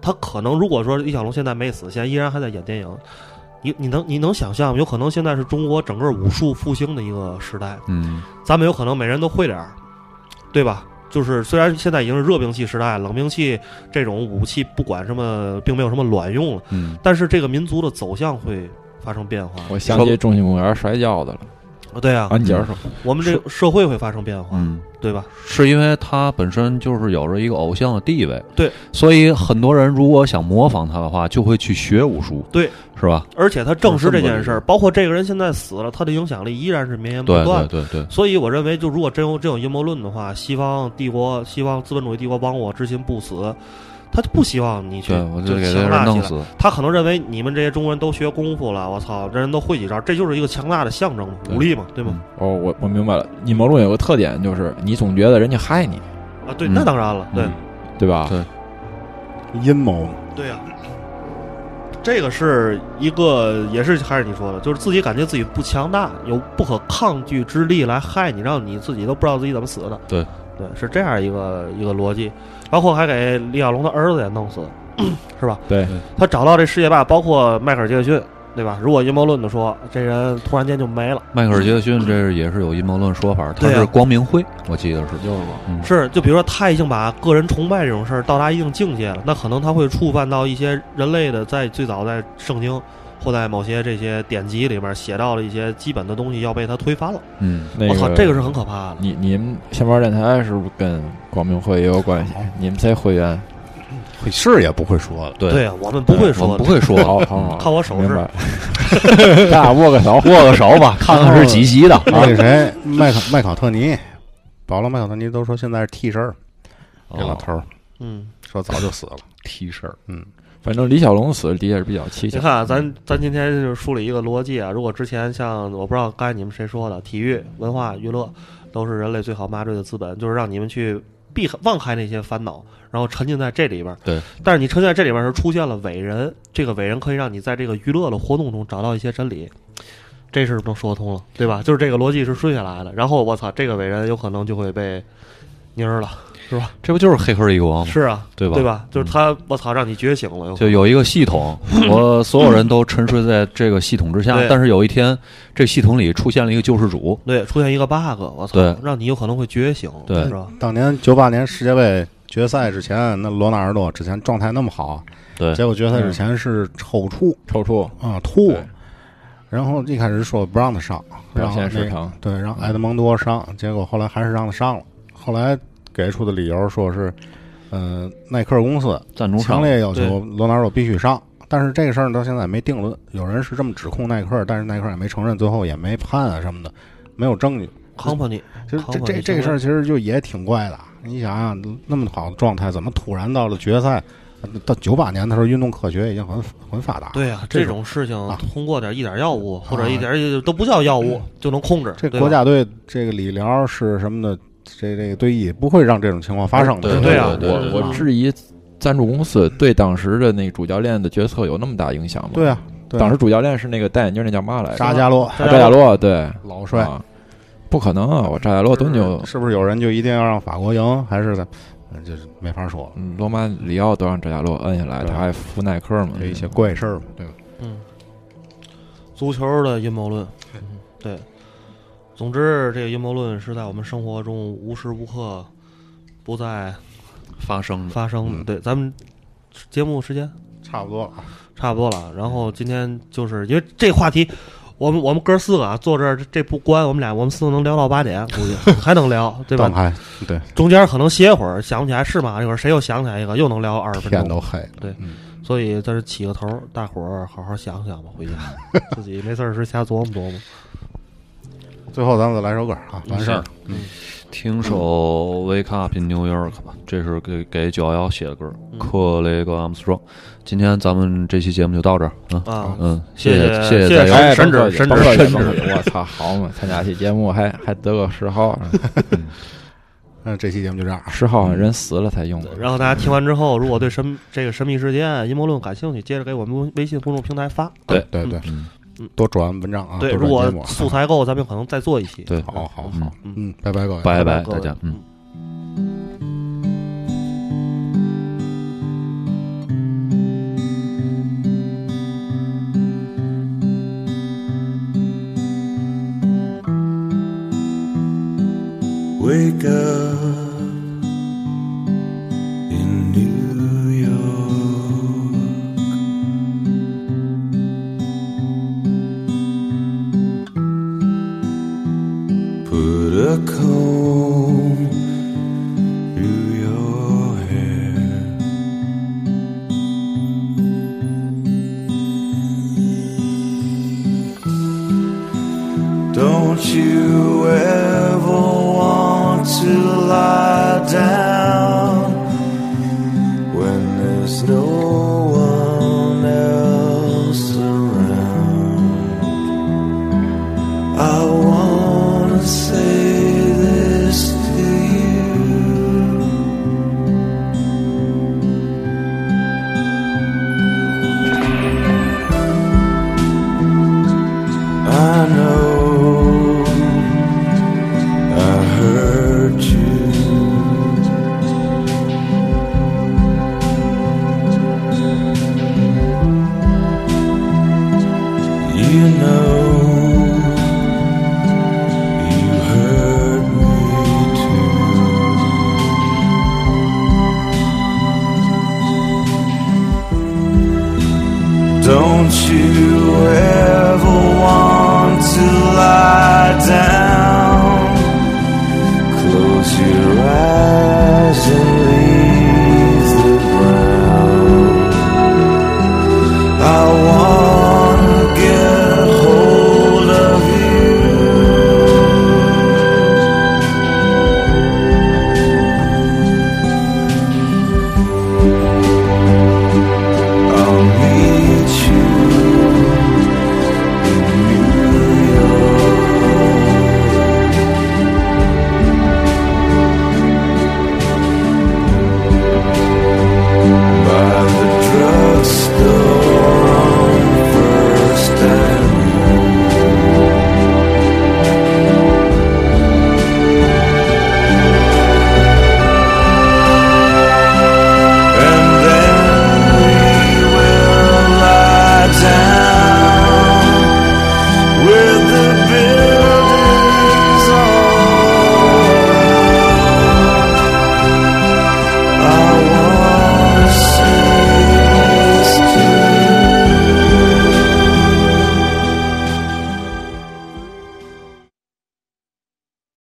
S5: 他可能如果说李小龙现在没死，现在依然还在演电影，你你能你能想象吗？有可能现在是中国整个武术复兴的一个时代，
S6: 嗯，
S5: 咱们有可能每人都会点儿，对吧？就是虽然现在已经是热兵器时代，冷兵器这种武器不管什么，并没有什么卵用了，
S6: 嗯
S5: 但是这个民族的走向会发生变化。
S7: 我想起中心公园摔跤的了，
S5: 对呀、
S7: 啊，你接着说，
S5: 我们这个社会会发生变化，
S6: 嗯，
S5: 对吧？
S6: 是因为他本身就是有着一个偶像的地位，
S5: 对，
S6: 所以很多人如果想模仿他的话，就会去学武术，
S5: 对，
S6: 是吧？
S5: 而且他证实这件事
S6: 我这么理
S5: 儿，
S6: 解
S5: 包括这个人现在死了，他的影响力依然是绵延不
S6: 对
S5: 断
S6: 对
S5: 的。
S6: 对对，
S5: 所以我认为，就如果真有真有阴谋论的话，西方帝国、西方资本主义帝国帮我之心不死，他就不希望你去
S6: 对我
S5: 就
S6: 就给这
S5: 强
S6: 人
S5: 大起
S6: 弄
S5: 来。
S6: 死，
S5: 他可能认为你们这些中国人都学功夫了，我操，这人都会几招，这就是一个强大的象征嘛，
S6: 对
S5: 武力嘛，对吗？
S7: 哦，我我明白了，阴谋论有个特点就是你总觉得人家害你，
S5: 啊，对，
S6: 嗯
S5: 那当然了，对
S6: 嗯
S7: 对吧？
S6: 对
S4: 阴谋嘛，
S5: 对呀、这个是一个，也是还是你说的，就是自己感觉自己不强大，有不可抗拒之力来害你，让你自己都不知道自己怎么死的。
S6: 对，
S5: 对，是这样一个一个逻辑，包括还给李小龙的儿子也弄死，是吧？
S7: 对，
S5: 他找到这世界霸，包括迈克尔·杰克逊，对吧？如果阴谋论的说，这人突然间就没了，
S6: 迈克尔·杰克逊这是也是有阴谋论说法，他
S5: 对
S6: 是
S5: 啊
S6: 光明会，我记得是，
S7: 就是嘛，
S6: 嗯
S5: 是，就比如说他已经把个人崇拜这种事儿到达一定境界了，那可能他会触犯到一些人类的在最早在圣经或在某些这些典籍里面写到了一些基本的东西要被他推翻了。
S6: 嗯，
S7: 那
S5: 我靠，这个是很可怕的。
S7: 你你们下班电台是不是跟光明会也有关
S5: 啊
S7: 系？你们才会员，
S4: 会是也不会说的。
S6: 对
S5: 对啊，我们不会
S6: 我
S5: 说
S6: 们不
S5: 的，
S6: 会说，
S7: 好好好，
S5: 看我手
S7: 明
S5: 势
S7: 白。咱俩啊握个手，
S6: 握个 手吧，看看是几级的
S4: 那个谁，麦考麦考特尼，保罗麦考特尼都说现在是替身儿，
S6: 哦
S4: 这老头儿
S5: 嗯，
S4: 说早就 死了。
S6: T 恤，
S4: 嗯，
S7: 反正李小龙死的的确是比较蹊
S5: 你
S7: 跷。嗯
S5: 看
S6: 嗯
S5: 啊，咱咱今天就是梳理一个逻辑啊。如果之前像我不知道刚才你们谁说的，体育、文化、娱乐都是人类最好麻醉的资本，就是让你们去避开忘开那些烦恼，然后沉浸在这里边。
S6: 对。
S5: 但是你沉浸在这里边儿时候出现了伟人，这个伟人可以让你在这个娱乐的活动中找到一些真理。这是能说得通了，对吧？就是这个逻辑是顺下来的。然后我操，这个伟人有可能就会被蔫儿了，是吧？
S6: 这不就是黑客帝国吗？
S5: 是啊，
S6: 嗯对吧嗯
S5: 对吧？就是他，我操，让你觉醒了，有可能
S6: 就有一个系 统，我所有人都沉睡在这个系统之下
S5: 对，
S6: 但是有一天，这系统里出现了一个救世主，
S5: 对，出现一个 bug，我操
S6: 对，
S5: 让你有可能会觉醒，
S6: 对
S5: 是吧？
S4: 当年九八年世界杯决赛之前，那罗纳尔多之前状态那么好，
S6: 对
S4: 结果决赛之前是抽搐
S7: 抽搐，
S4: 啊吐
S7: 对，
S4: 然后一开始说不让他上，
S7: 表
S4: 然后
S7: 现
S4: 那
S7: 失常。嗯
S4: 对，让埃德蒙多上，结果后来还是让他上了。后来给出的理由说是，呃，耐克公司
S6: 赞助
S4: 强
S6: 商，
S4: 烈要求罗纳尔多必须上，但是这个事儿到现在没定论。有人是这么指控耐克，但是耐克也没承认，最后也没判啊什么的，没有证据。
S5: company
S4: 其实
S5: 好
S4: 这
S5: 吧
S4: 这
S5: 你
S4: 这个
S5: 说
S4: 事儿其实就也挺怪的。你想想、那么好的状态，怎么突然到了决赛？到九八年的时候，运动科学已经很很发达了。
S5: 对啊，
S4: 这
S5: 这种事情
S4: 啊
S5: 通过点一点药物或者
S4: 啊嗯
S5: 一点儿都不叫药物就能控制，
S4: 这
S5: 对吧
S4: 国家队这个理疗是什么的？这这个队医不会让这种情况发生的。
S6: 对
S5: 对啊
S6: 啊，对
S7: 我
S6: 对
S7: 我质疑赞助公司对当时的那个主教练的决策有那么大影响吗？
S4: 对啊，对啊
S7: 当时主教练是那个戴眼镜那叫嘛
S5: 哎
S7: 来着？
S4: 扎加洛
S7: 啊扎加洛，对，
S4: 老帅，
S7: 啊不可能啊！我扎加洛多牛，
S4: 是不是有人就一定要让法国赢？还是嗯就是没法说了，
S7: 嗯罗马里奥都让扎加洛摁下来，
S4: 对
S7: 他还服耐克嘛？嗯
S4: 有一些怪事儿嘛，对吧？
S5: 嗯，足球的阴谋论，嗯对，总之这个阴谋论是在我们生活中无时无刻不在
S6: 发生的，
S5: 发生的。
S4: 嗯
S5: 对，咱们节目时间
S4: 差不多了啊，
S5: 差不多了。然后今天就是因为这话题，我们我们哥四个啊坐这儿，这这不关我们俩，我们四个能聊到八点，估计还能聊，对吧
S4: 断？开，对，
S5: 中间可能歇会儿，想不起来是嘛，一会儿谁又想起来一个，又能聊二十分
S4: 天
S5: 钟。
S4: 都黑了，
S5: 所以在这起个头儿，大伙儿好好想想吧，回家自己没事儿时瞎琢磨琢磨。
S4: 最后咱们再来首歌啊，完事儿了。
S5: 嗯
S6: 听首《Wake Up in New York》吧，这是给给九幺幺写的歌，
S5: 嗯
S6: 克雷格·阿姆斯壮。今天咱们这期节目就到这儿啊，
S5: 啊，
S6: 嗯，
S5: 谢
S6: 谢
S5: 谢
S6: 谢
S5: 谢谢
S6: 大家
S5: 哎
S7: 哎，
S5: 神指
S7: 甭客气
S5: 神指
S7: 甭客气
S5: 神指
S7: 甭客气我操，好嘛！参加这节目还还得个十号，
S4: 那这期节目就这样啊，
S7: 十号好像人死了才用的。
S5: 然后大家听完之后，如果对神这个神秘事件、阴谋论感兴趣，接着给我们微信公众平台发。
S6: 对
S4: 对对
S6: 嗯
S5: 嗯，
S4: 多转文章啊，
S5: 对，
S4: 多
S5: 如
S4: 转
S5: 果
S4: 节目啊。
S5: 素材够，咱们可能再做一期。
S6: 对，
S4: 好好
S6: 嗯
S4: 好，嗯，拜拜各位，
S6: 拜
S5: 拜
S6: 拜
S5: 各位
S6: 大家，嗯。
S9: Wake up in New York.
S8: put a cold.